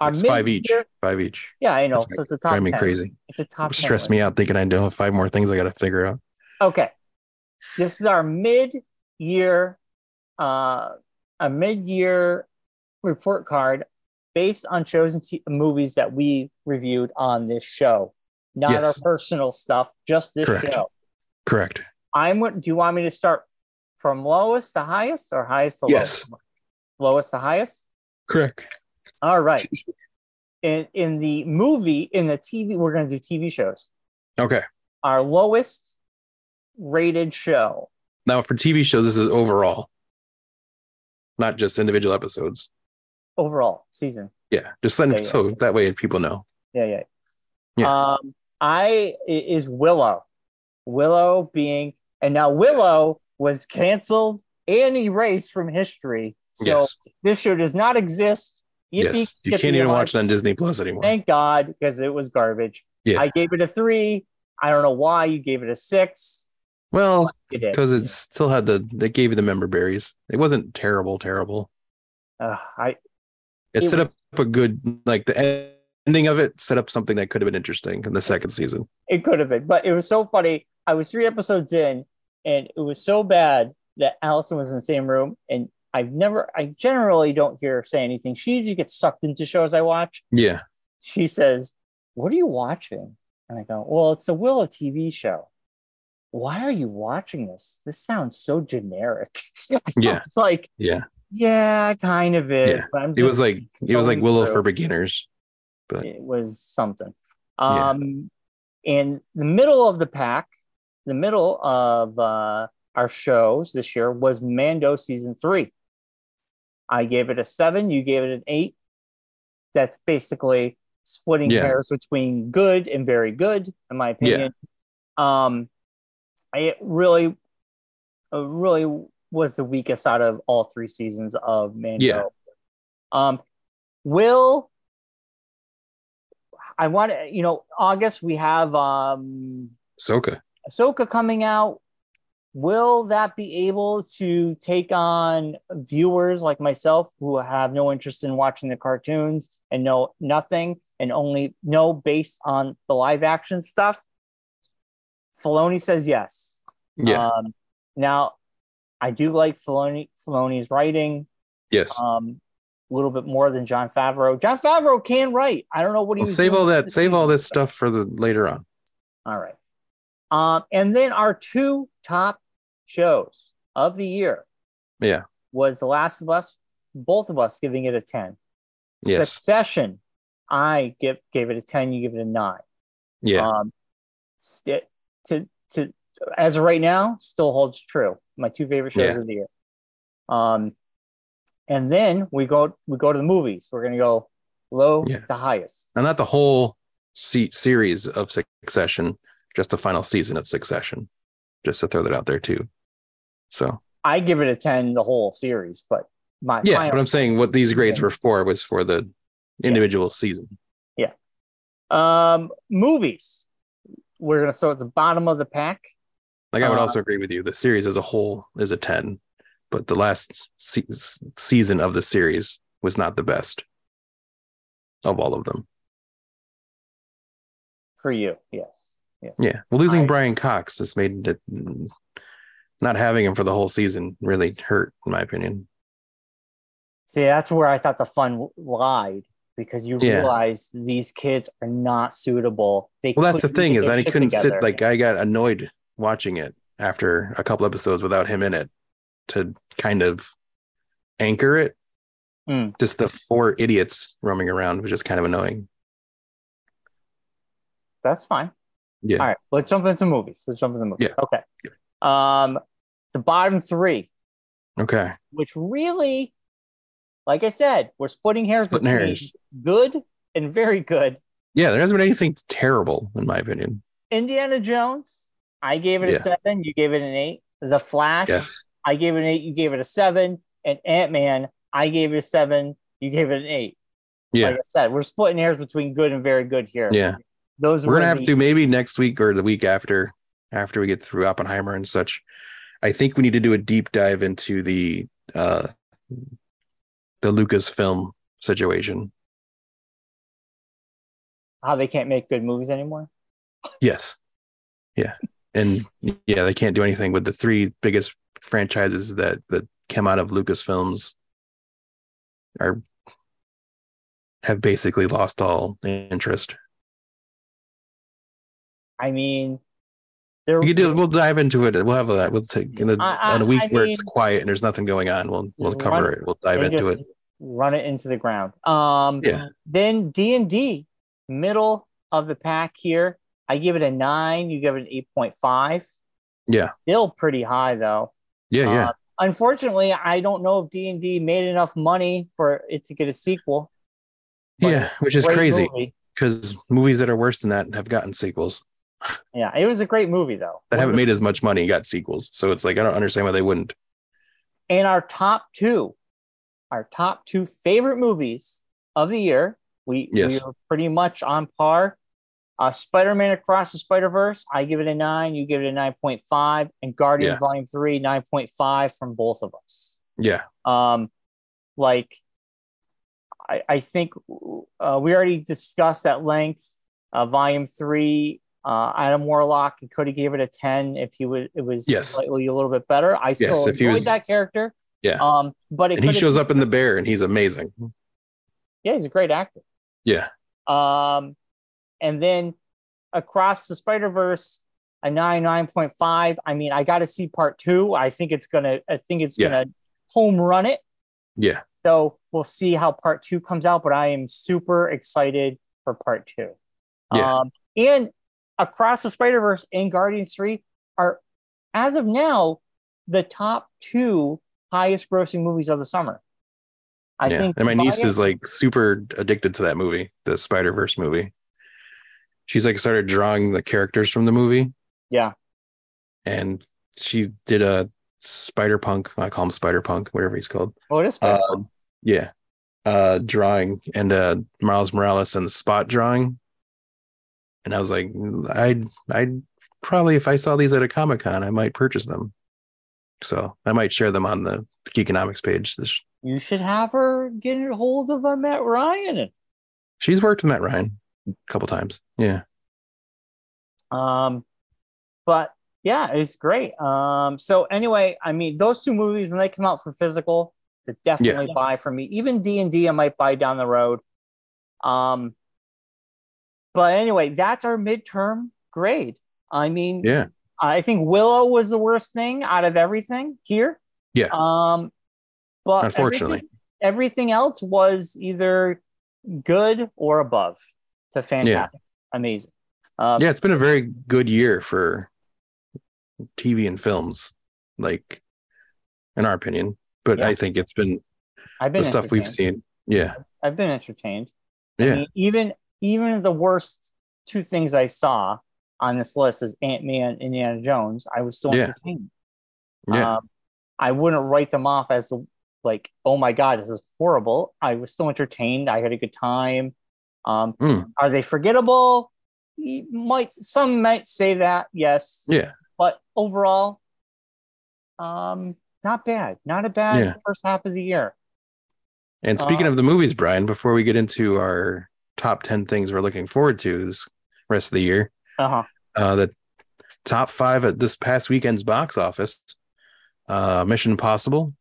Speaker 2: our
Speaker 1: It's five each.
Speaker 2: mid-year-
Speaker 1: Five each.
Speaker 2: Yeah, I know.
Speaker 1: That's
Speaker 2: So it's a top
Speaker 1: Drive me
Speaker 2: ten.
Speaker 1: crazy.
Speaker 2: It's a top. 10
Speaker 1: Stress
Speaker 2: list.
Speaker 1: me out thinking I don't have five more things I gotta figure out.
Speaker 2: Okay. This is our mid-year uh a mid-year report card based on shows and t- movies that we reviewed on this show. Not our
Speaker 1: Yes.
Speaker 2: personal stuff, just this
Speaker 1: Correct.
Speaker 2: show.
Speaker 1: Correct.
Speaker 2: I'm what do you want me to start from lowest to highest or highest to
Speaker 1: Yes.
Speaker 2: lowest? Lowest to highest?
Speaker 1: Correct.
Speaker 2: All right. In in the movie, in the TV, we're gonna do TV shows.
Speaker 1: Okay.
Speaker 2: Our lowest rated show.
Speaker 1: Now for TV shows, this is overall, not just individual episodes.
Speaker 2: Overall season.
Speaker 1: Yeah, just letting
Speaker 2: Yeah, yeah.
Speaker 1: so that way people know.
Speaker 2: Yeah, yeah.
Speaker 1: Yeah.
Speaker 2: Um, I i- is Willow. Willow being and now Willow was canceled and erased from history. So
Speaker 1: yes,
Speaker 2: this show does not exist. Yippee,
Speaker 1: yes, you can't
Speaker 2: yippee,
Speaker 1: even
Speaker 2: hard-
Speaker 1: watch it on Disney Plus anymore.
Speaker 2: Thank God, because it was garbage.
Speaker 1: Yeah.
Speaker 2: I gave it a three. I don't know why you gave it a six.
Speaker 1: well,
Speaker 2: You did.
Speaker 1: because it still had the they gave you the member berries. It wasn't terrible, terrible.
Speaker 2: Ugh, I
Speaker 1: It,
Speaker 2: It
Speaker 1: set up a good like the en- ending of it set up something that could have been interesting in the second season.
Speaker 2: it could have been, but it was so funny. I was three episodes in, and it was so bad that Allison was in the same room, and I've never, I generally don't hear her say anything. She usually gets sucked into shows I watch.
Speaker 1: Yeah,
Speaker 2: She says, "What are you watching?" And I go, "Well, it's a Willow TV show." Why are you watching this? This sounds so generic.
Speaker 1: Yeah.
Speaker 2: it's like
Speaker 1: yeah.
Speaker 2: yeah, it kind of is.
Speaker 1: Yeah.
Speaker 2: But I'm
Speaker 1: It
Speaker 2: just,
Speaker 1: was like it was like
Speaker 2: going
Speaker 1: Willow
Speaker 2: through.
Speaker 1: for beginners.
Speaker 2: it was something.
Speaker 1: Yeah.
Speaker 2: Um, in the middle of the pack, the middle of uh, our shows this year was Mando season three. I gave it a seven. You gave it an eight. That's basically splitting
Speaker 1: Yeah.
Speaker 2: hairs between good and very good, in my opinion. Um, I it really, uh, really was the weakest out of all three seasons of Mando.
Speaker 1: Yeah.
Speaker 2: Um, Will I want to, you know, August we have um
Speaker 1: Soka.
Speaker 2: Ahsoka coming out. Will that be able to take on viewers like myself who have no interest in watching the cartoons and know nothing and only know based on the live action stuff? Filoni says yes.
Speaker 1: Yeah.
Speaker 2: Um, now, I do like Filoni, Filoni's writing
Speaker 1: yes.
Speaker 2: um, a little bit more than John Favreau. John Favreau can write. I don't know what he
Speaker 1: Well,
Speaker 2: was
Speaker 1: save
Speaker 2: doing
Speaker 1: all that.
Speaker 2: this
Speaker 1: Save all
Speaker 2: season.
Speaker 1: this stuff for the later on.
Speaker 2: All right. Um, and then our two top shows of the year.
Speaker 1: Yeah.
Speaker 2: Was The Last of Us, both of us giving it a 10.
Speaker 1: Yes.
Speaker 2: Succession, I give, gave it a 10, you give it a 9.
Speaker 1: Yeah.
Speaker 2: Um, st- to to as of right now, still holds true. My two favorite shows
Speaker 1: Yeah.
Speaker 2: of the year. Um, and then we go we go to the movies. We're gonna go low
Speaker 1: Yeah.
Speaker 2: to highest.
Speaker 1: and not the whole se- series of Succession, just the final season of Succession, just to throw that out there too. So
Speaker 2: I give it a ten the whole series, but my
Speaker 1: yeah,
Speaker 2: final-
Speaker 1: but I'm saying what these grades were for was for the individual season.
Speaker 2: um movies. We're gonna start at the bottom of the pack.
Speaker 1: Like I would
Speaker 2: Uh,
Speaker 1: also agree with you. The series as a whole is a ten, but the last se- season of the series was not the best of all of them.
Speaker 2: for you. Yes. Yes.
Speaker 1: Yeah. Well, losing
Speaker 2: I-
Speaker 1: Brian Cox has made it not having him for the whole season really hurt, in my opinion.
Speaker 2: See, that's where I thought the fun w- lied because you
Speaker 1: Yeah.
Speaker 2: realize these kids are not suitable. They
Speaker 1: Well, that's the
Speaker 2: couldn't
Speaker 1: thing
Speaker 2: get
Speaker 1: is
Speaker 2: their
Speaker 1: I
Speaker 2: shit
Speaker 1: couldn't
Speaker 2: together.
Speaker 1: sit like I got annoyed watching it after a couple episodes without him in it to kind of anchor it.
Speaker 2: Mm.
Speaker 1: Just the four idiots roaming around was just kind of annoying.
Speaker 2: That's fine.
Speaker 1: Yeah.
Speaker 2: All right. Let's jump into movies. Let's jump into movies.
Speaker 1: Yeah.
Speaker 2: Okay. Um, the bottom three,
Speaker 1: Okay.
Speaker 2: which really, like I said, we're splitting hairs
Speaker 1: Splitting
Speaker 2: between
Speaker 1: hairs.
Speaker 2: good and very good.
Speaker 1: Yeah, there hasn't been anything terrible in my opinion.
Speaker 2: Indiana Jones, I gave it a
Speaker 1: Yeah.
Speaker 2: seven. You gave it an eight. The Flash,
Speaker 1: Yes.
Speaker 2: I gave it an eight. You gave it a seven. And Ant Man, I gave it a seven. You gave it an eight.
Speaker 1: Yeah.
Speaker 2: Like I said, we're splitting hairs between good and very good here.
Speaker 1: Yeah.
Speaker 2: Those
Speaker 1: We're
Speaker 2: were
Speaker 1: gonna have
Speaker 2: the-
Speaker 1: to maybe next week or the week after, after we get through Oppenheimer and such. I think we need to do a deep dive into the uh the Lucasfilm situation.
Speaker 2: how they can't make good movies anymore.
Speaker 1: Yes. Yeah. And yeah, they can't do anything with the three biggest franchises that that came out of Lucasfilms are have basically lost all interest.
Speaker 2: I mean, there.
Speaker 1: We could do, we'll dive into it. We'll have a we'll take in a,
Speaker 2: I- I-
Speaker 1: on a week
Speaker 2: I
Speaker 1: where it's
Speaker 2: mean-
Speaker 1: quiet and there's nothing going on. We'll we'll
Speaker 2: Run-
Speaker 1: cover it. We'll dive
Speaker 2: they
Speaker 1: into
Speaker 2: just
Speaker 1: it.
Speaker 2: Run it into the ground. Um,
Speaker 1: Yeah.
Speaker 2: Then D and D, middle of the pack here. I give it a nine. You give it an eight point five.
Speaker 1: Yeah.
Speaker 2: Still pretty high though.
Speaker 1: Yeah, yeah.
Speaker 2: Uh, unfortunately, I don't know if D and D made enough money for it to get a sequel. but
Speaker 1: yeah, which is
Speaker 2: great
Speaker 1: crazy
Speaker 2: movie.
Speaker 1: because movies that are worse than that have gotten sequels
Speaker 2: Yeah, it was a great movie though.
Speaker 1: that haven't
Speaker 2: One of
Speaker 1: made as much money got sequels. So it's like I don't understand why they wouldn't.
Speaker 2: the- And our top two, our top two favorite movies of the year. We we
Speaker 1: Yes.
Speaker 2: are pretty much on par. Uh, Spider Man Across the Spider Verse, I give it a nine. You give it a nine point five, and Guardians
Speaker 1: Yeah.
Speaker 2: Volume Three, nine point five from both of us.
Speaker 1: Yeah,
Speaker 2: um like i i think uh, we already discussed at length uh, volume three uh, adam warlock could have gave it a 10 if he would it was
Speaker 1: Yes.
Speaker 2: slightly a little bit better i still
Speaker 1: Yes, if he
Speaker 2: enjoyed
Speaker 1: was-
Speaker 2: that character
Speaker 1: Yeah.
Speaker 2: um but it
Speaker 1: and he
Speaker 2: coulda-
Speaker 1: shows up in the bear and he's amazing.
Speaker 2: yeah he's a great actor
Speaker 1: Yeah,
Speaker 2: um and then across the spider verse a 9 9.5 i mean i gotta see part two i think it's gonna i think it's
Speaker 1: Yeah.
Speaker 2: gonna home run it
Speaker 1: yeah,
Speaker 2: So we'll see how part two comes out, but I am super excited for part two.
Speaker 1: Yeah.
Speaker 2: Um, and Across the Spider Verse and Guardians 3 are, as of now, the top two highest grossing movies of the summer. I
Speaker 1: yeah.
Speaker 2: think
Speaker 1: and my niece
Speaker 2: Volume-
Speaker 1: is like super addicted to that movie, the Spider Verse movie. She's like started drawing the characters from the movie,
Speaker 2: Yeah.
Speaker 1: and she did a Spider Punk. I call him Spider Punk, whatever he's called.
Speaker 2: Oh, it is.
Speaker 1: Uh, yeah, uh, drawing and uh, Miles Morales and the spot drawing. And I was like, I'd, I'd probably if I saw these at a comic con, I might purchase them. So I might share them on the Geekonomics page. This-
Speaker 2: you should have her get a hold of a Matt Ryan.
Speaker 1: She's worked with Matt Ryan a couple times. Yeah,
Speaker 2: Um, but yeah, it's great. Um, so anyway, I mean, those two movies when they come out for physical, they definitely buy for me. Even D and D, I might buy down the road. Um, but anyway, that's our midterm grade. I mean,
Speaker 1: yeah,
Speaker 2: I think Willow was the worst thing out of everything here.
Speaker 1: Yeah.
Speaker 2: Um, but
Speaker 1: Unfortunately.
Speaker 2: everything, everything else was either good or above to fantastic, amazing. Um,
Speaker 1: yeah. It's been a very good year for TV and films, like in our opinion. But
Speaker 2: Yeah.
Speaker 1: I think it's been
Speaker 2: I've been
Speaker 1: the stuff we've
Speaker 2: entertained.
Speaker 1: seen. Yeah,
Speaker 2: I've been entertained. I
Speaker 1: yeah,
Speaker 2: mean, even even the worst two things I saw on this list is Ant Man and Indiana Jones. I was still
Speaker 1: Yeah.
Speaker 2: entertained.
Speaker 1: yeah,
Speaker 2: Um, I wouldn't write them off as the, like, oh my god, this is horrible. I was still entertained. I had a good time. Um,
Speaker 1: Mm.
Speaker 2: Are they forgettable? You might some might say that yes,
Speaker 1: yeah.
Speaker 2: but overall, um, not bad. Not a bad
Speaker 1: Yeah.
Speaker 2: first half of the year.
Speaker 1: And speaking
Speaker 2: Uh,
Speaker 1: of the movies, Brian, before we get into our top 10 things we're looking forward to this rest of the year,
Speaker 2: Uh huh.
Speaker 1: uh, the top five at this past weekend's box office uh, Mission Impossible,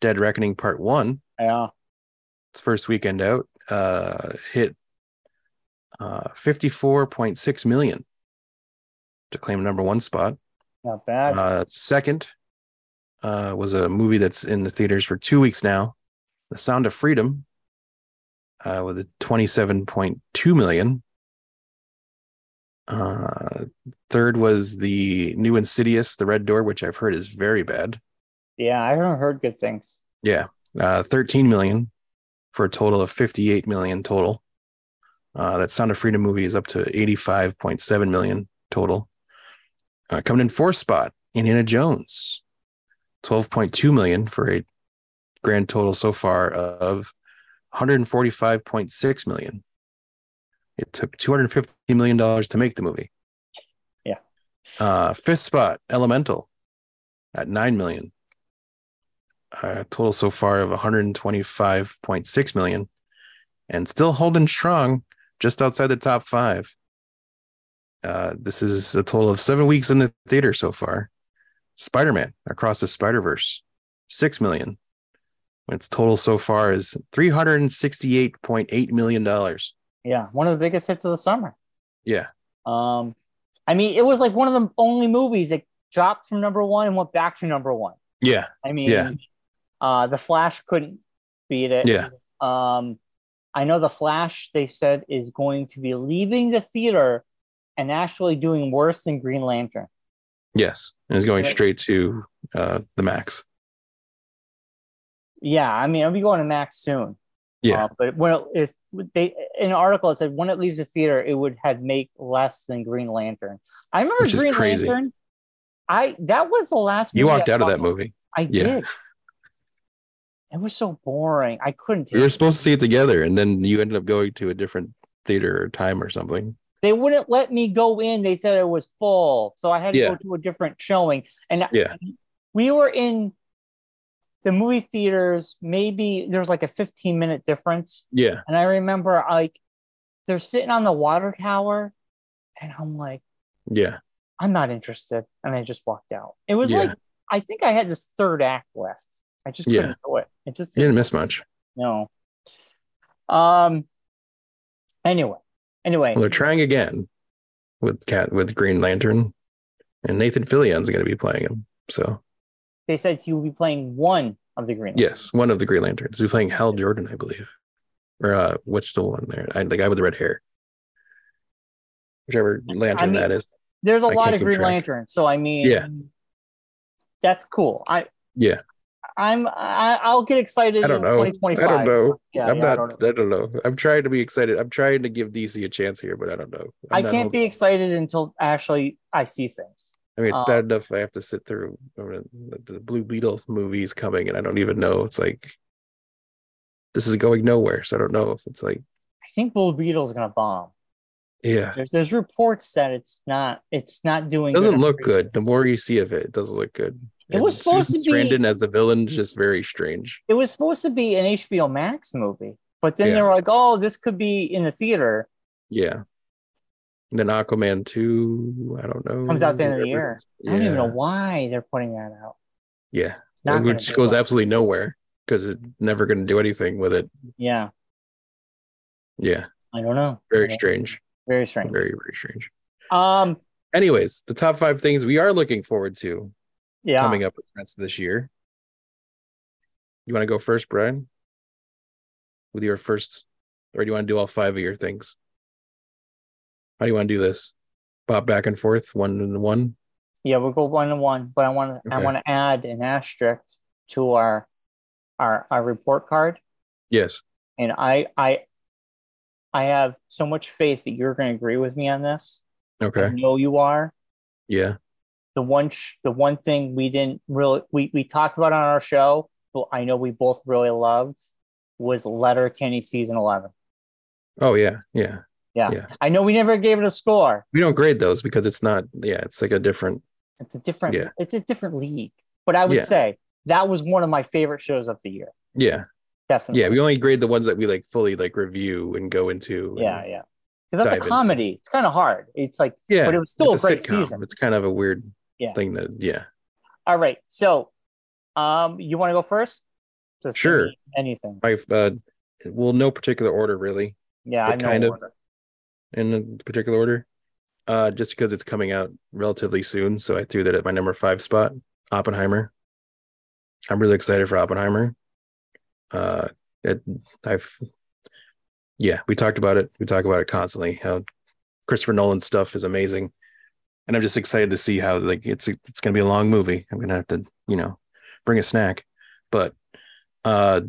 Speaker 1: Dead Reckoning Part One,
Speaker 2: Yeah.
Speaker 1: its first weekend out, uh, hit uh, 54.6 million to claim number one spot.
Speaker 2: Not bad.
Speaker 1: Uh, second uh, was a movie that's in the theaters for two weeks now, The Sound of Freedom, uh, with a 27.2 million. Uh, third was the new Insidious, The Red Door, which I've heard is very bad.
Speaker 2: yeah, I haven't heard good things.
Speaker 1: Yeah, uh, 13 million for a total of 58 million total. Uh, that Sound of Freedom movie is up to 85.7 million total. Uh, coming in fourth spot, Indiana Jones, 12.2 million for a grand total so far of 145.6 million. It took 250 million dollars to make the movie.
Speaker 2: Yeah.
Speaker 1: Uh, fifth spot, Elemental, at nine million uh, total so far of 125.6 million and still holding strong just outside the top five. Uh, this is a total of seven weeks in the theater so far. Spider Man across the Spider Verse, 6 million. Its total so far is $368.8 million.
Speaker 2: Yeah, one of the biggest hits of the summer.
Speaker 1: Yeah.
Speaker 2: Um, I mean, it was like one of the only movies that dropped from number one and went back to number one.
Speaker 1: Yeah.
Speaker 2: I mean,
Speaker 1: Yeah.
Speaker 2: uh, the Flash couldn't beat it.
Speaker 1: Yeah.
Speaker 2: Um, I know the Flash they said is going to be leaving the theater and actually doing worse than Green Lantern.
Speaker 1: Yes, and it's going straight to uh, the max.
Speaker 2: Yeah, I mean, I'll be going to Max soon.
Speaker 1: Yeah.
Speaker 2: Uh, but when it is they in an article it said when it leaves the theater, it would have make less than Green Lantern. I remember
Speaker 1: Which is
Speaker 2: Green
Speaker 1: crazy.
Speaker 2: Lantern. I that was the last.
Speaker 1: You
Speaker 2: movie
Speaker 1: walked
Speaker 2: I
Speaker 1: out of
Speaker 2: saw.
Speaker 1: that movie.
Speaker 2: I
Speaker 1: Yeah.
Speaker 2: did. It was so boring. I couldn't. Take
Speaker 1: We were
Speaker 2: it.
Speaker 1: supposed to see it together, and then you ended up going to a different theater or time or something.
Speaker 2: They wouldn't let me go in. They said it was full, so I had to
Speaker 1: Yeah.
Speaker 2: go to a different showing. And
Speaker 1: Yeah.
Speaker 2: we were in the movie theaters. Maybe there's like a 15 minute difference.
Speaker 1: Yeah,
Speaker 2: And I remember like they're sitting on the water tower, and I'm like,
Speaker 1: yeah,
Speaker 2: I'm not interested. And I just walked out. It was
Speaker 1: Yeah.
Speaker 2: like I think I had this third act left. I just couldn't
Speaker 1: Yeah.
Speaker 2: do it. It just
Speaker 1: you didn't
Speaker 2: didn't
Speaker 1: miss much.
Speaker 2: no. Um anyway. Anyway.
Speaker 1: Well, they're trying again with cat with Green Lantern, and Nathan Fillion's going to be playing him. So
Speaker 2: they said he would be playing one of the Green Lanterns.
Speaker 1: yes, one of the Green Lanterns. He's playing Hal Jordan, I believe, or uh, which the one there, I, the guy with the red hair, whichever lantern
Speaker 2: mean-
Speaker 1: that is.
Speaker 2: There's a
Speaker 1: I
Speaker 2: lot
Speaker 1: can't
Speaker 2: of
Speaker 1: keep
Speaker 2: Green
Speaker 1: track.
Speaker 2: Lanterns, so I mean,
Speaker 1: Yeah.
Speaker 2: that's cool. I
Speaker 1: Yeah,
Speaker 2: I'm I, I'll get excited.
Speaker 1: I don't
Speaker 2: in
Speaker 1: know. I
Speaker 2: 2025.
Speaker 1: don't know.
Speaker 2: Yeah,
Speaker 1: I'm
Speaker 2: yeah,
Speaker 1: not.
Speaker 2: I don't know.
Speaker 1: I don't know. I'm trying to be excited. I'm trying to give DC a chance here, but I don't know. I'm
Speaker 2: I
Speaker 1: not
Speaker 2: can't
Speaker 1: hoping-
Speaker 2: be excited until actually I see things.
Speaker 1: I mean, it's
Speaker 2: Um,
Speaker 1: bad enough I have to sit through I mean, the the Blue Beetle movies coming, and I don't even know. It's like this is going nowhere, so I don't know if it's like
Speaker 2: I think Blue Beetle's gonna bomb.
Speaker 1: yeah,
Speaker 2: There's there's reports that it's not it's not doing
Speaker 1: it doesn't
Speaker 2: at
Speaker 1: look
Speaker 2: first.
Speaker 1: good. The more you see of it, it doesn't look good.
Speaker 2: It was supposed to be-
Speaker 1: Brandon as the villain, is just very strange.
Speaker 2: It was supposed to be an HBO Max movie, but then they
Speaker 1: Yeah.
Speaker 2: were like, "Oh, this could be in the theater."
Speaker 1: Yeah. And then Aquaman two, I don't know,
Speaker 2: Comes out the end of
Speaker 1: whatever.
Speaker 2: the year.
Speaker 1: Yeah.
Speaker 2: I don't even know why they're putting that out.
Speaker 1: Yeah,
Speaker 2: Not gonna
Speaker 1: it
Speaker 2: do
Speaker 1: just goes
Speaker 2: well.
Speaker 1: absolutely nowhere because it's never going to do anything with it.
Speaker 2: Yeah,
Speaker 1: Yeah,
Speaker 2: I don't know.
Speaker 1: very
Speaker 2: Yeah,
Speaker 1: strange.
Speaker 2: Very strange.
Speaker 1: Very very strange.
Speaker 2: Um,
Speaker 1: anyways, the top five things we are looking forward to
Speaker 2: yeah.
Speaker 1: coming up with the rest of this year. You want to go first, Brian? With your first, or do you want to do all five of your things? How do you want to do this? Pop back and forth, one and one.
Speaker 2: Yeah, we'll go one to one, but I want to I
Speaker 1: Okay.
Speaker 2: want to add an asterisk to our our our report card,
Speaker 1: Yes.
Speaker 2: and I I I have so much faith that you're going to agree with me on this. I
Speaker 1: Okay.
Speaker 2: know you are.
Speaker 1: Yeah.
Speaker 2: The one sh- the one thing we didn't really we we talked about on our show, but I know we both really loved was Letter Kenny season eleven.
Speaker 1: Oh yeah. Yeah.
Speaker 2: I know we never gave it a score.
Speaker 1: We don't grade those because it's not. Yeah, it's like a different.
Speaker 2: It's a different
Speaker 1: Yeah.
Speaker 2: it's a different league, but I would
Speaker 1: Yeah.
Speaker 2: say that was one of my favorite shows of the year.
Speaker 1: Yeah.
Speaker 2: Definitely.
Speaker 1: Yeah. We only grade the ones that we like fully like review and go into. and-
Speaker 2: yeah, yeah. Because that's
Speaker 1: dive
Speaker 2: a
Speaker 1: into.
Speaker 2: comedy. It's kind of hard. It's like,
Speaker 1: Yeah.
Speaker 2: but it was still
Speaker 1: it's
Speaker 2: a great
Speaker 1: sitcom.
Speaker 2: season.
Speaker 1: It's kind of a weird
Speaker 2: Yeah.
Speaker 1: thing that. Yeah.
Speaker 2: all right. So, um, you want to go first? Just give
Speaker 1: Sure.
Speaker 2: me Anything?
Speaker 1: I uh, well, no particular order really,
Speaker 2: Yeah,
Speaker 1: But
Speaker 2: I know.
Speaker 1: kind of-
Speaker 2: order.
Speaker 1: in a particular order, uh, just because it's coming out relatively soon. So I threw that at my number five spot, Oppenheimer. I'm really excited for Oppenheimer. Uh, it, I've, yeah, we talked about it. We talk about it constantly. How Christopher Nolan's stuff is amazing, and I'm just excited to see how like it's it's going to be a long movie. I'm going to have to you know bring a snack, but uh,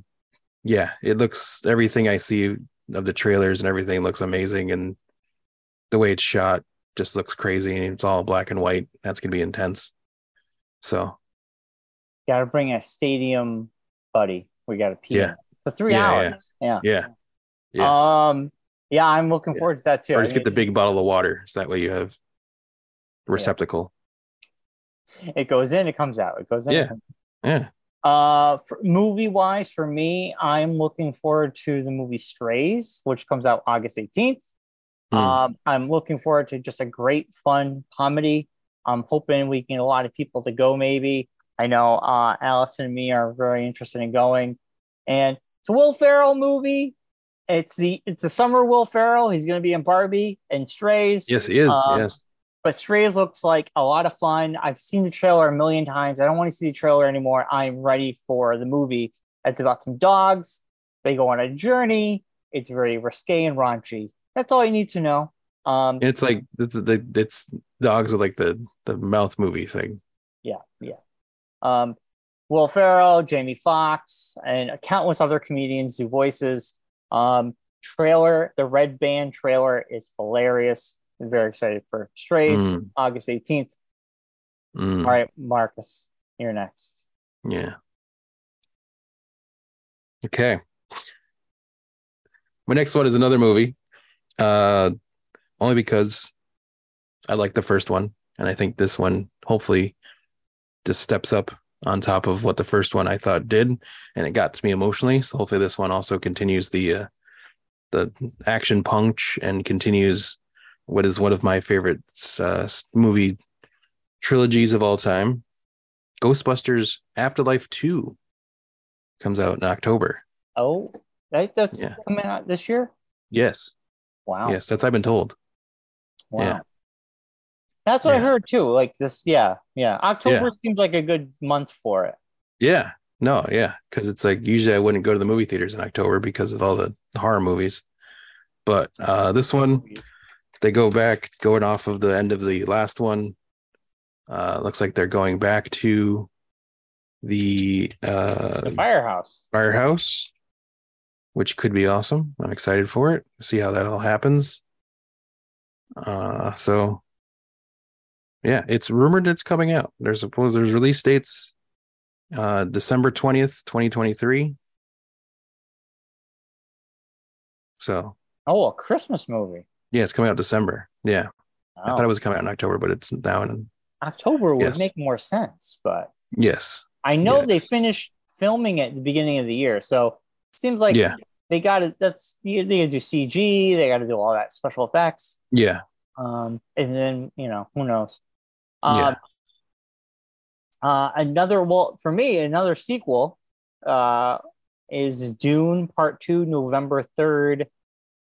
Speaker 1: yeah, it looks everything I see of the trailers and everything looks amazing and the way it's shot just looks crazy and it's all black and white that's going to be intense so
Speaker 2: Got to bring a stadium buddy. We got to pee.
Speaker 1: Yeah.
Speaker 2: in. The three
Speaker 1: Yeah, yeah.
Speaker 2: hours. Yeah.
Speaker 1: yeah
Speaker 2: Um. Yeah, I'm looking
Speaker 1: Yeah.
Speaker 2: forward to that too.
Speaker 1: or
Speaker 2: I
Speaker 1: just get the
Speaker 2: mean,
Speaker 1: big bottle of water so that way you have a receptacle
Speaker 2: It goes in, it comes out. It goes in. it
Speaker 1: Yeah.
Speaker 2: comes-
Speaker 1: yeah
Speaker 2: Uh, movie wise, for me, I'm looking forward to the movie Strays, which comes out August 18th.
Speaker 1: Hmm.
Speaker 2: Um, I'm looking forward to just a great, fun comedy. I'm hoping we can get a lot of people to go, maybe. I know uh, Allison and me are very interested in going. And it's a Will Ferrell movie. It's the it's the summer Will Ferrell. He's going to be in Barbie and Strays.
Speaker 1: yes it is
Speaker 2: um,
Speaker 1: yes
Speaker 2: But Strays looks like a lot of fun. I've seen the trailer a million times. I don't want to see the trailer anymore. I'm ready for the movie. It's about some dogs. They go on a journey. It's very risque and raunchy. That's all you need to know. Um,
Speaker 1: And it's like it's, the- it's dogs with like the the mouth movie thing.
Speaker 2: Yeah, yeah. Um, Will Ferrell, Jamie Foxx, and countless other comedians do voices. Um, trailer, the Red Band trailer is hilarious. I'm very excited for Strays,
Speaker 1: Mm.
Speaker 2: August 18th.
Speaker 1: Mm,
Speaker 2: All right, Marcus, you're next.
Speaker 1: Yeah. Okay. My next one is another movie. Uh only because I like the first one and I think this one hopefully just steps up on top of what the first one I thought did and it got to me emotionally. So hopefully this one also continues the uh the action punch and continues what is one of my favorite uh, movie trilogies of all time, Ghostbusters Afterlife 2 comes out in October.
Speaker 2: Oh, that, that's
Speaker 1: Yeah.
Speaker 2: coming out this year?
Speaker 1: Yes.
Speaker 2: Wow.
Speaker 1: Yes, that's I've been told.
Speaker 2: Wow.
Speaker 1: yeah.
Speaker 2: That's what I
Speaker 1: Yeah.
Speaker 2: heard too. Like this, yeah, yeah. October seems like a good month for it.
Speaker 1: Yeah. No, yeah, cuz it's like usually I wouldn't go to the movie theaters in October because of all the horror movies. But uh this one they go back going off of the end of the last one. Uh looks like they're going back to the uh
Speaker 2: The firehouse.
Speaker 1: Firehouse, which could be awesome. I'm excited for it. See how that all happens. Uh, so yeah, it's rumored it's coming out. There's suppose there's release dates, uh, December twentieth, twenty twenty three. So
Speaker 2: Oh, a Christmas movie.
Speaker 1: yeah, it's coming out December. Yeah, I
Speaker 2: Oh.
Speaker 1: thought it was coming out in October, but it's now in
Speaker 2: October would
Speaker 1: Yes.
Speaker 2: make more sense, but
Speaker 1: yes,
Speaker 2: I know they
Speaker 1: Yes.
Speaker 2: finished filming at the beginning of the year, so it seems like
Speaker 1: Yeah.
Speaker 2: they got to That's they got to do CG, they got to do all that special effects,
Speaker 1: yeah,
Speaker 2: um, and then you know who knows.
Speaker 1: Yeah.
Speaker 2: Um, uh, another well for me, another sequel uh, is Dune Part Two, November third.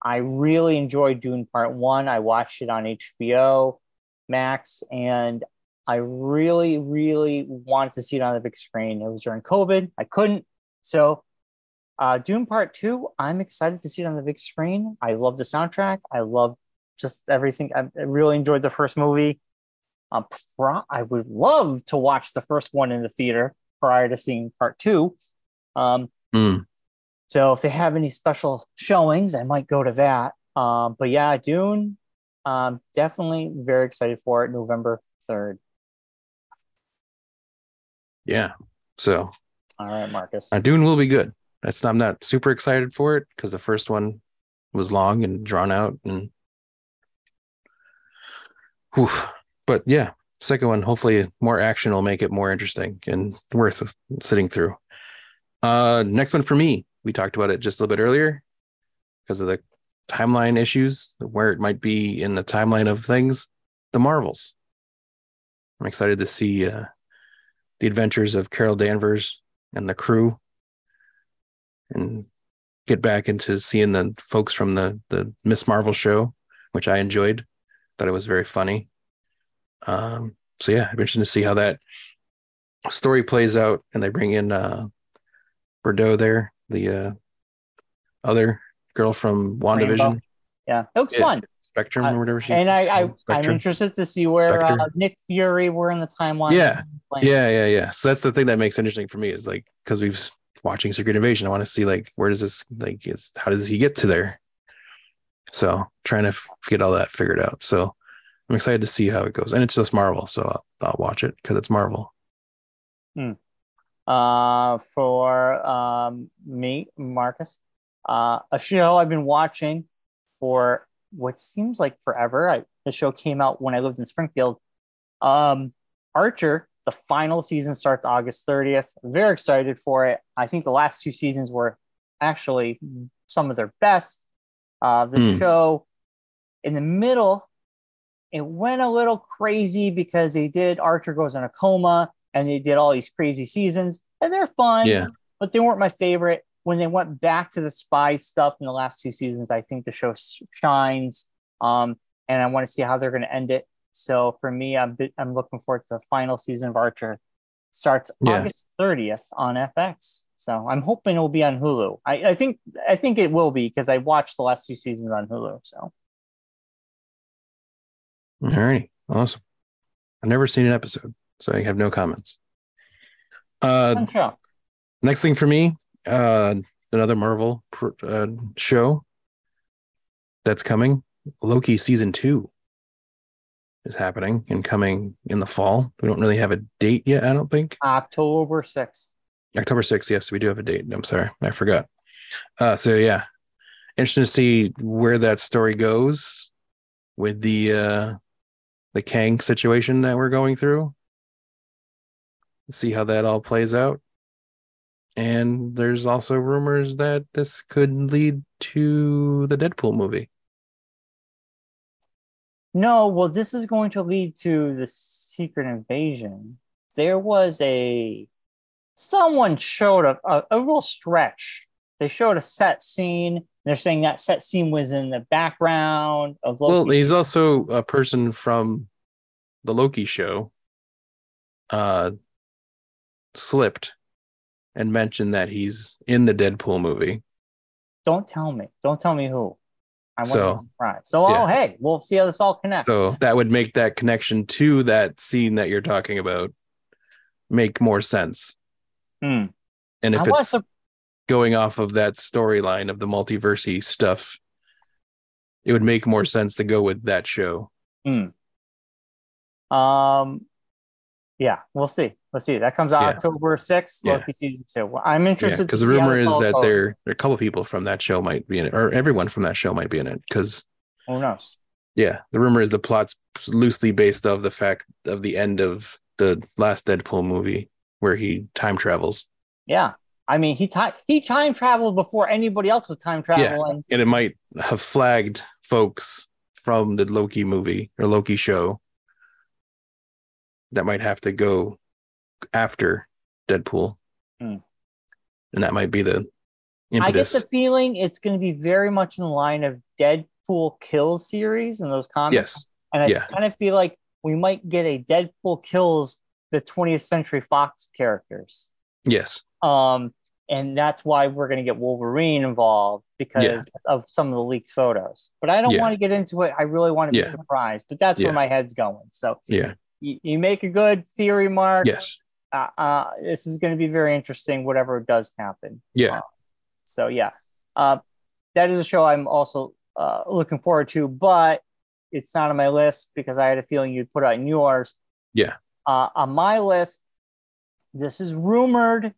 Speaker 2: I really enjoyed Dune Part One. I watched it on HBO Max, and I really, really wanted to see it on the big screen. It was during COVID. I couldn't. So, uh, Dune Part Two, I'm excited to see it on the big screen. I love the soundtrack. I love just everything. I I really enjoyed the first movie. Um, pro- I would love to watch the first one in the theater prior to seeing Part Two. Um,
Speaker 1: Mm,
Speaker 2: so if they have any special showings, I might go to that. Um, but yeah, Dune, um, definitely very excited for it. November third.
Speaker 1: yeah. So
Speaker 2: All right, Marcus.
Speaker 1: Uh, Dune will be good. That's I'm not super excited for it because the first one was long and drawn out and whew. but yeah, second one hopefully more action will make it more interesting and worth sitting through. Uh, next one for me, we talked about it just a little bit earlier because of the timeline issues where it might be in the timeline of things. The Marvels. I'm excited to see uh, the adventures of Carol Danvers and the crew and get back into seeing the folks from the the Miss Marvel show, which I enjoyed. Thought it was very funny. Um, so yeah, I'm interested to see how that story plays out and they bring in uh Bordeaux there, the uh other girl from WandaVision
Speaker 2: yeah, it looks
Speaker 1: yeah.
Speaker 2: fun,
Speaker 1: Spectrum or whatever she
Speaker 2: and I, I I'm
Speaker 1: Spectrum.
Speaker 2: interested to see where uh,
Speaker 1: Spectre.
Speaker 2: Nick Fury were in the timeline.
Speaker 1: Yeah.
Speaker 2: Like,
Speaker 1: Yeah, yeah, yeah. So that's the thing that makes it interesting for me is like because we've s- watching Secret Invasion, I want to see like where does this like is how does he get to there? So trying to f- get all that figured out. So I'm excited to see how it goes, and it's just Marvel, so I'll, I'll watch it because it's Marvel.
Speaker 2: uh, for um, me, Marcus. Uh, a show I've been watching for what seems like forever. I, the show came out when I lived in Springfield. Um, Archer, the final season starts August 30th. Very excited for it. I think the last two seasons were actually some of their best. Uh, the
Speaker 1: Hmm.
Speaker 2: show in the middle, it went a little crazy because they did Archer goes in a coma and they did all these crazy seasons and they're fun
Speaker 1: Yeah,
Speaker 2: but they weren't my favorite. When they went back to the spy stuff in the last two seasons, I think the show s- shines. Um, and I want to see how they're going to end it. So for me, I'm bi- I'm looking forward to the final season of Archer. Starts
Speaker 1: Yeah.
Speaker 2: August 30th on FX. So I'm hoping it will be on Hulu. I, I think I think it will be because I watched the last two seasons on Hulu. So
Speaker 1: all right. Awesome. I've never seen an episode, so I have no comments. Uh,
Speaker 2: Fun show.
Speaker 1: next thing for me, uh, another Marvel pr- uh, show that's coming. Loki season two is happening and coming in the fall. We don't really have a date yet, I don't think.
Speaker 2: October 6th.
Speaker 1: October 6th. Yes, we do have a date. I'm sorry. I forgot. Uh, so yeah, interesting to see where that story goes with the, uh, the Kang situation that we're going through. See how that all plays out. And there's also rumors that this could lead to the Deadpool movie.
Speaker 2: No, well, this is going to lead to the secret invasion. There was a someone showed a, a, a real stretch. They showed a set scene. They're saying that set scene was in the background of Loki.
Speaker 1: Well, he's also a person from the Loki show. Uh, slipped and mentioned that he's in the Deadpool movie.
Speaker 2: Don't tell me. Don't tell me who. I
Speaker 1: So,
Speaker 2: want to be surprised. So, oh,
Speaker 1: yeah.
Speaker 2: hey, we'll see how this all connects.
Speaker 1: So that would make that connection to that scene that you're talking about make more sense.
Speaker 2: Hmm.
Speaker 1: And if
Speaker 2: I
Speaker 1: it's
Speaker 2: was sur-
Speaker 1: going off of that storyline of the multiversey stuff, it would make more sense to go with that show.
Speaker 2: um, yeah, we'll see. Let's see. That comes out
Speaker 1: Yeah.
Speaker 2: October sixth,
Speaker 1: Yeah.
Speaker 2: Loki season two. Well, I'm
Speaker 1: Yeah,
Speaker 2: interested to
Speaker 1: because the
Speaker 2: see how
Speaker 1: rumor
Speaker 2: this
Speaker 1: is
Speaker 2: all
Speaker 1: that
Speaker 2: goes.
Speaker 1: there, there are a couple people from that show might be in it, or everyone from that show might be in it. Because
Speaker 2: Who knows?
Speaker 1: yeah, the rumor is the plot's loosely based of the fact of the end of the last Deadpool movie where he time travels.
Speaker 2: Yeah. I mean, he time he time traveled before anybody else was time traveling.
Speaker 1: and it might have flagged folks from the Loki movie or Loki show that might have to go after Deadpool.
Speaker 2: Hmm.
Speaker 1: And that might be the
Speaker 2: I get
Speaker 1: impetus.
Speaker 2: the feeling it's going to be very much in the line of Deadpool Kills series and those comics.
Speaker 1: yes.
Speaker 2: and I
Speaker 1: yeah.
Speaker 2: kind of feel like we might get a Deadpool Kills the 20th Century Fox characters.
Speaker 1: Yes.
Speaker 2: Um, and that's why we're going to get Wolverine involved because
Speaker 1: Yeah.
Speaker 2: of some of the leaked photos. But I don't
Speaker 1: Yeah.
Speaker 2: want to get into it. I really want to be
Speaker 1: Yeah.
Speaker 2: surprised, but that's
Speaker 1: Yeah.
Speaker 2: where my head's going. So
Speaker 1: Yeah.
Speaker 2: you, you make a good theory, Mark.
Speaker 1: Yes.
Speaker 2: uh, uh, this is going to be very interesting, whatever does happen. Um,
Speaker 1: Yeah.
Speaker 2: So, yeah, uh, that is a show I'm also uh, looking forward to, but it's not on my list because I had a feeling you'd put it on yours.
Speaker 1: Yeah.
Speaker 2: Uh, on my list, this is rumored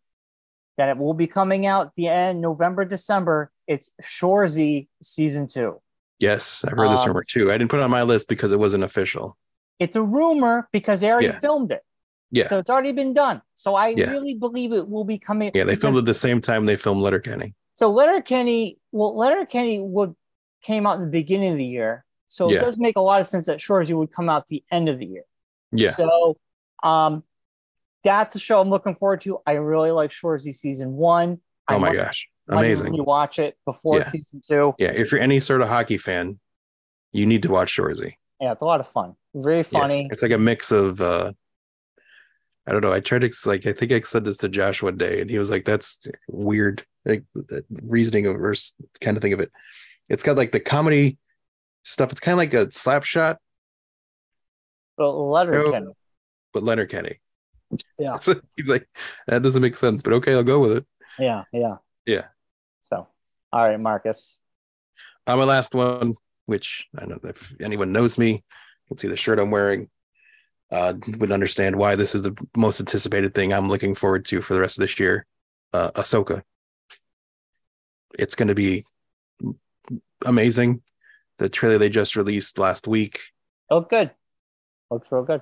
Speaker 2: that it will be coming out the end November, December. It's Shorzy season two.
Speaker 1: Yes. I've heard this
Speaker 2: Um,
Speaker 1: rumor too. I didn't put it on my list because it wasn't official.
Speaker 2: It's a rumor because they already
Speaker 1: Yeah.
Speaker 2: filmed it.
Speaker 1: Yeah.
Speaker 2: So it's already been done. So I
Speaker 1: Yeah.
Speaker 2: really believe it will be coming.
Speaker 1: yeah. They
Speaker 2: because-
Speaker 1: filmed it the same time they filmed Letterkenny.
Speaker 2: So Letterkenny, well, Letterkenny would came out in the beginning of the year, so
Speaker 1: Yeah.
Speaker 2: it does make a lot of sense that Shorzy would come out the end of the year.
Speaker 1: Yeah.
Speaker 2: So, um, that's a show I'm looking forward to. I really like Shorzy season one.
Speaker 1: oh
Speaker 2: I
Speaker 1: my
Speaker 2: might-
Speaker 1: gosh.
Speaker 2: might
Speaker 1: Amazing.
Speaker 2: Rewatch it before
Speaker 1: Yeah.
Speaker 2: season two.
Speaker 1: Yeah. If you're any sort of hockey fan, you need to watch Shorzy.
Speaker 2: Yeah, it's a lot of fun. Very
Speaker 1: Yeah,
Speaker 2: funny.
Speaker 1: it's like a mix of uh I don't know. I tried to like I think I said this to Josh one day, and he was like, "That's weird." Like the reasoning of or s- kind of thing of it. It's got like the comedy stuff. It's kind of like a slap shot,
Speaker 2: But Letterkenny.
Speaker 1: but Leonard Kenny.
Speaker 2: Yeah.
Speaker 1: So he's like, "That doesn't make sense," but okay, I'll go with it.
Speaker 2: Yeah, yeah,
Speaker 1: Yeah.
Speaker 2: So, all right, Marcus.
Speaker 1: Uh, my last one, which I don't know if anyone knows me, can see the shirt I'm wearing, uh, would understand why this is the most anticipated thing I'm looking forward to for the rest of this year. Uh, Ahsoka. It's going to be amazing. The trailer they just released last week.
Speaker 2: Look good. Looks real good.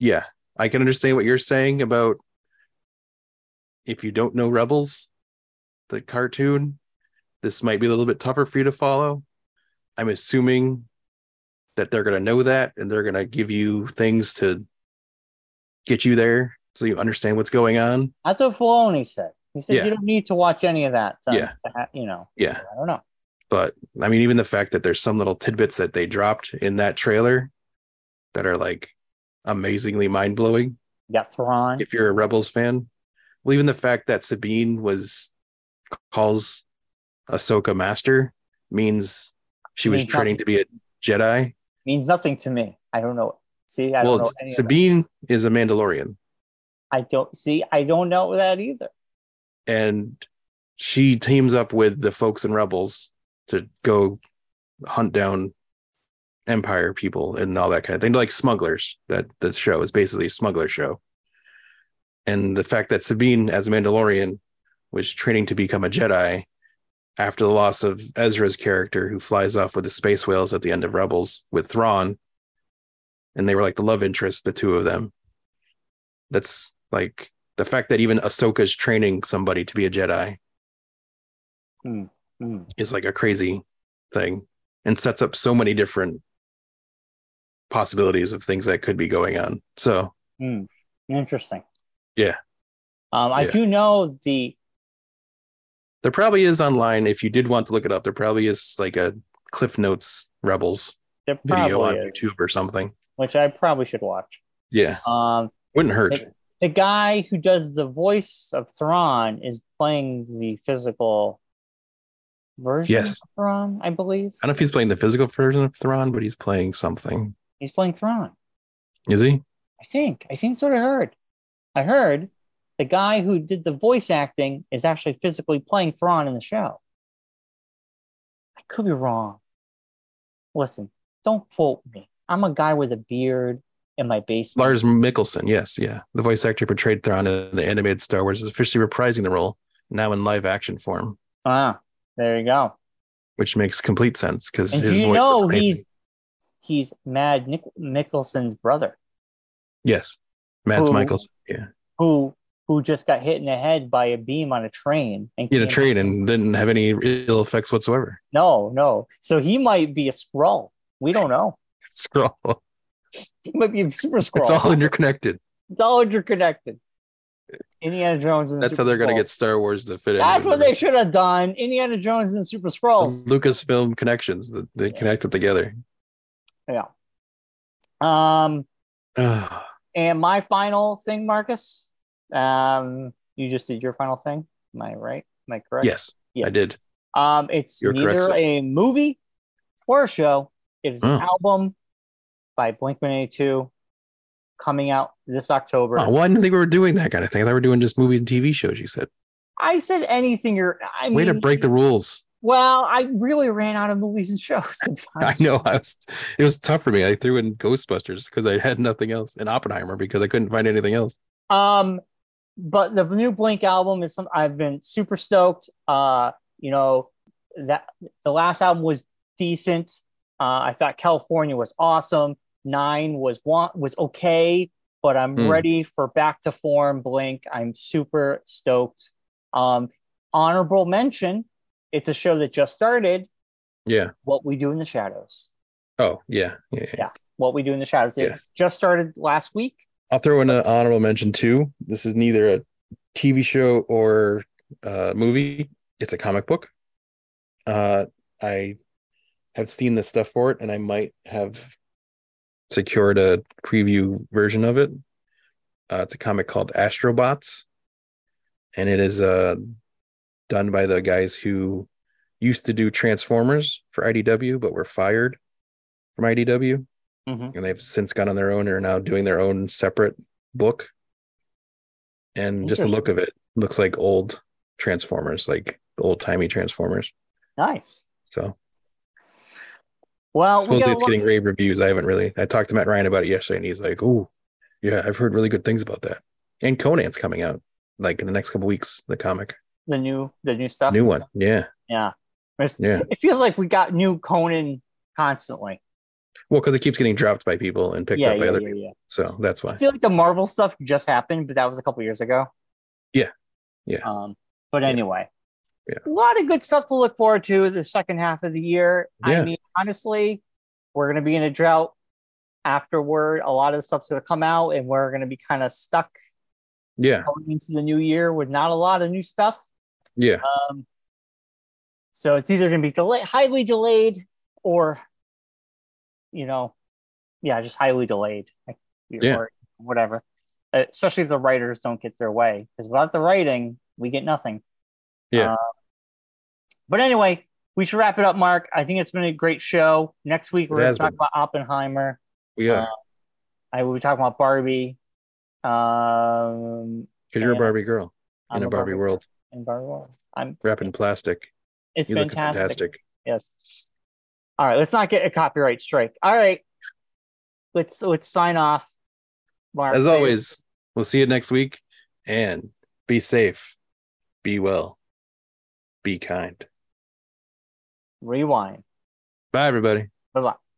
Speaker 1: Yeah, I can understand what you're saying about if you don't know Rebels, the cartoon, this might be a little bit tougher for you to follow. I'm assuming that they're going to know that and they're going to give you things to get you there so you understand what's going on.
Speaker 2: That's what Filoni said. He said
Speaker 1: Yeah.
Speaker 2: you don't need to watch any of that. To,
Speaker 1: Yeah.
Speaker 2: to ha- you know.
Speaker 1: Yeah.
Speaker 2: So I don't know.
Speaker 1: But I mean, even the fact that there's some little tidbits that they dropped in that trailer that are like amazingly mind blowing.
Speaker 2: You got Thrawn.
Speaker 1: if you're a Rebels fan. Well, even the fact that Sabine was calls Ahsoka Master means she was
Speaker 2: Means
Speaker 1: training to be a Jedi.
Speaker 2: means nothing to me. I don't know See, I don't know
Speaker 1: well,
Speaker 2: any of that.
Speaker 1: Sabine is a Mandalorian,
Speaker 2: I don't see. I don't know that either.
Speaker 1: and she teams up with the folks in Rebels to go hunt down Empire people and all that kind of thing, like smugglers. That that show is basically a smuggler show, and the fact that Sabine, as a Mandalorian, was training to become a Jedi after the loss of Ezra's character, who flies off with the space whales at the end of Rebels with Thrawn, and they were like the love interest, the two of them. That's like the fact that even Ahsoka's training somebody to be a Jedi
Speaker 2: Hmm.
Speaker 1: is like a crazy thing and sets up so many different possibilities of things that could be going on. So
Speaker 2: Hmm. Interesting.
Speaker 1: Yeah.
Speaker 2: Um, I
Speaker 1: Yeah.
Speaker 2: do know the
Speaker 1: there probably is online if you did want to look it up, there probably is like a Cliff Notes Rebels
Speaker 2: there probably
Speaker 1: video on
Speaker 2: is,
Speaker 1: YouTube or something.
Speaker 2: which I probably should watch.
Speaker 1: Yeah.
Speaker 2: Um,
Speaker 1: Wouldn't hurt.
Speaker 2: It- the guy who does the voice of Thrawn is playing the physical version
Speaker 1: Yes.
Speaker 2: of Thrawn, I believe.
Speaker 1: I don't know if he's playing the physical version of Thrawn, but he's playing something.
Speaker 2: He's playing Thrawn.
Speaker 1: Is he?
Speaker 2: I think. I think that's what I heard. I heard the guy who did the voice acting is actually physically playing Thrawn in the show. I could be wrong. Listen, don't quote me. I'm a guy with a beard in my basement.
Speaker 1: Lars Mickelson, yes, yeah. The voice actor portrayed Thrawn in the animated Star Wars is officially reprising the role, now in live action form,
Speaker 2: ah, there you go.
Speaker 1: which makes complete sense because
Speaker 2: And
Speaker 1: his
Speaker 2: you
Speaker 1: voice is
Speaker 2: know
Speaker 1: amazing.
Speaker 2: he's he's Mad Nick- Mickelson's brother
Speaker 1: Yes. Mads
Speaker 2: Who-
Speaker 1: Michaels. Yeah.
Speaker 2: who who just got hit in the head by a beam on a train and
Speaker 1: He had a
Speaker 2: came-
Speaker 1: trade and didn't have any ill effects whatsoever.
Speaker 2: No, no. So he might be a scroll. We don't know.
Speaker 1: Scroll.
Speaker 2: He might be a super scroll.
Speaker 1: It's all interconnected.
Speaker 2: It's all interconnected. Indiana Jones and the
Speaker 1: That's how
Speaker 2: Super
Speaker 1: they're going to get
Speaker 2: Skrulls.
Speaker 1: Star Wars to fit in.
Speaker 2: That's what
Speaker 1: with
Speaker 2: they should have done. Indiana Jones and the Super Scrolls.
Speaker 1: Lucasfilm connections. that They
Speaker 2: Yeah.
Speaker 1: connect it together.
Speaker 2: Um,
Speaker 1: Ah,
Speaker 2: and my final thing, Marcus. Um, you just did your final thing. Am I right? Am I correct?
Speaker 1: yes,
Speaker 2: Yes.
Speaker 1: I did.
Speaker 2: Um, it's
Speaker 1: You're correct,
Speaker 2: neither
Speaker 1: sir.
Speaker 2: a movie or a show. It is an
Speaker 1: Oh.
Speaker 2: album by Blink One Eighty Two, coming out this October.
Speaker 1: Oh, well, I didn't think we were doing that kind of thing. I thought we were doing just movies and TV shows, you said.
Speaker 2: I said anything. You're. I
Speaker 1: Way to
Speaker 2: mean,
Speaker 1: break the rules.
Speaker 2: Well, I really ran out of movies and shows.
Speaker 1: I know. I was, it was tough for me. I threw in Ghostbusters because I had nothing else and Oppenheimer because I couldn't find anything else.
Speaker 2: Um, but the new Blink album is some I've been super stoked. Uh, you know that the last album was decent. Uh, I thought California was awesome. Nine was one was okay, but I'm
Speaker 1: Hmm.
Speaker 2: ready for back to form Blink. I'm super stoked. Um, honorable mention. It's a show that just started.
Speaker 1: Yeah.
Speaker 2: What we do in the shadows.
Speaker 1: Oh, yeah. Yeah. yeah.
Speaker 2: What we do in the shadows.
Speaker 1: Yeah.
Speaker 2: It's just started last week.
Speaker 1: I'll throw in an honorable mention too. This is neither a TV show or uh, movie. It's a comic book. Uh, I have seen the stuff for it, and I might have secured a preview version of it. Uh, it's a comic called Astrobots, and it is uh, done by the guys who used to do Transformers for IDW, but were fired from IDW
Speaker 2: Mhm.
Speaker 1: and they've since gone on their own and are now doing their own separate book. And just the look of it looks like old Transformers, like old timey Transformers.
Speaker 2: Nice.
Speaker 1: So
Speaker 2: Well, we got
Speaker 1: supposedly
Speaker 2: a
Speaker 1: it's
Speaker 2: lot-
Speaker 1: getting rave reviews. I haven't really. I talked to Matt Ryan about it yesterday, and he's like, "Oh, yeah, I've heard really good things about that." And Conan's coming out like in the next couple weeks. The comic,
Speaker 2: the new the new stuff.
Speaker 1: new one, yeah,
Speaker 2: Yeah. It's-
Speaker 1: yeah.
Speaker 2: It feels like we got new Conan constantly.
Speaker 1: Well, because it keeps getting dropped by people and picked
Speaker 2: yeah,
Speaker 1: up by
Speaker 2: yeah,
Speaker 1: other
Speaker 2: yeah,
Speaker 1: people,
Speaker 2: yeah.
Speaker 1: so that's why.
Speaker 2: I feel like the Marvel stuff just happened, but that was a couple years ago.
Speaker 1: Yeah. Yeah.
Speaker 2: Um, but
Speaker 1: Yeah.
Speaker 2: anyway,
Speaker 1: Yeah.
Speaker 2: a lot of good stuff to look forward to the second half of the year. I
Speaker 1: Yeah.
Speaker 2: mean, honestly, we're going to be in a drought afterward. A lot of the stuff's going to come out, and we're going to be kind of stuck
Speaker 1: Yeah,
Speaker 2: going into the new year with not a lot of new stuff.
Speaker 1: yeah,
Speaker 2: Um, so it's either going to be delay- highly delayed or, you know, yeah, just highly delayed. Like,
Speaker 1: Yeah.
Speaker 2: Or whatever. Uh, Especially if the writers don't get their way. Because without the writing, we get nothing.
Speaker 1: Yeah.
Speaker 2: Uh, but anyway, we should wrap it up, Mark. I think it's been a great show. Next week, we're
Speaker 1: It
Speaker 2: going to
Speaker 1: has
Speaker 2: talk
Speaker 1: been.
Speaker 2: about Oppenheimer.
Speaker 1: yeah.
Speaker 2: Uh, I we were talking about Barbie. Um,
Speaker 1: because you're a
Speaker 2: Yeah.
Speaker 1: Barbie girl
Speaker 2: I'm
Speaker 1: in a Barbie, world,
Speaker 2: In Barbie world, I'm.
Speaker 1: wrapped in plastic.
Speaker 2: It's
Speaker 1: you look
Speaker 2: fantastic.
Speaker 1: fantastic.
Speaker 2: Yes. All right. Let's not get a copyright strike. All right. Let's let's sign off. Mark,
Speaker 1: As
Speaker 2: say-
Speaker 1: always, we'll see you next week, and be safe, be well, be kind.
Speaker 2: rewind.
Speaker 1: Bye, everybody.
Speaker 2: Bye bye.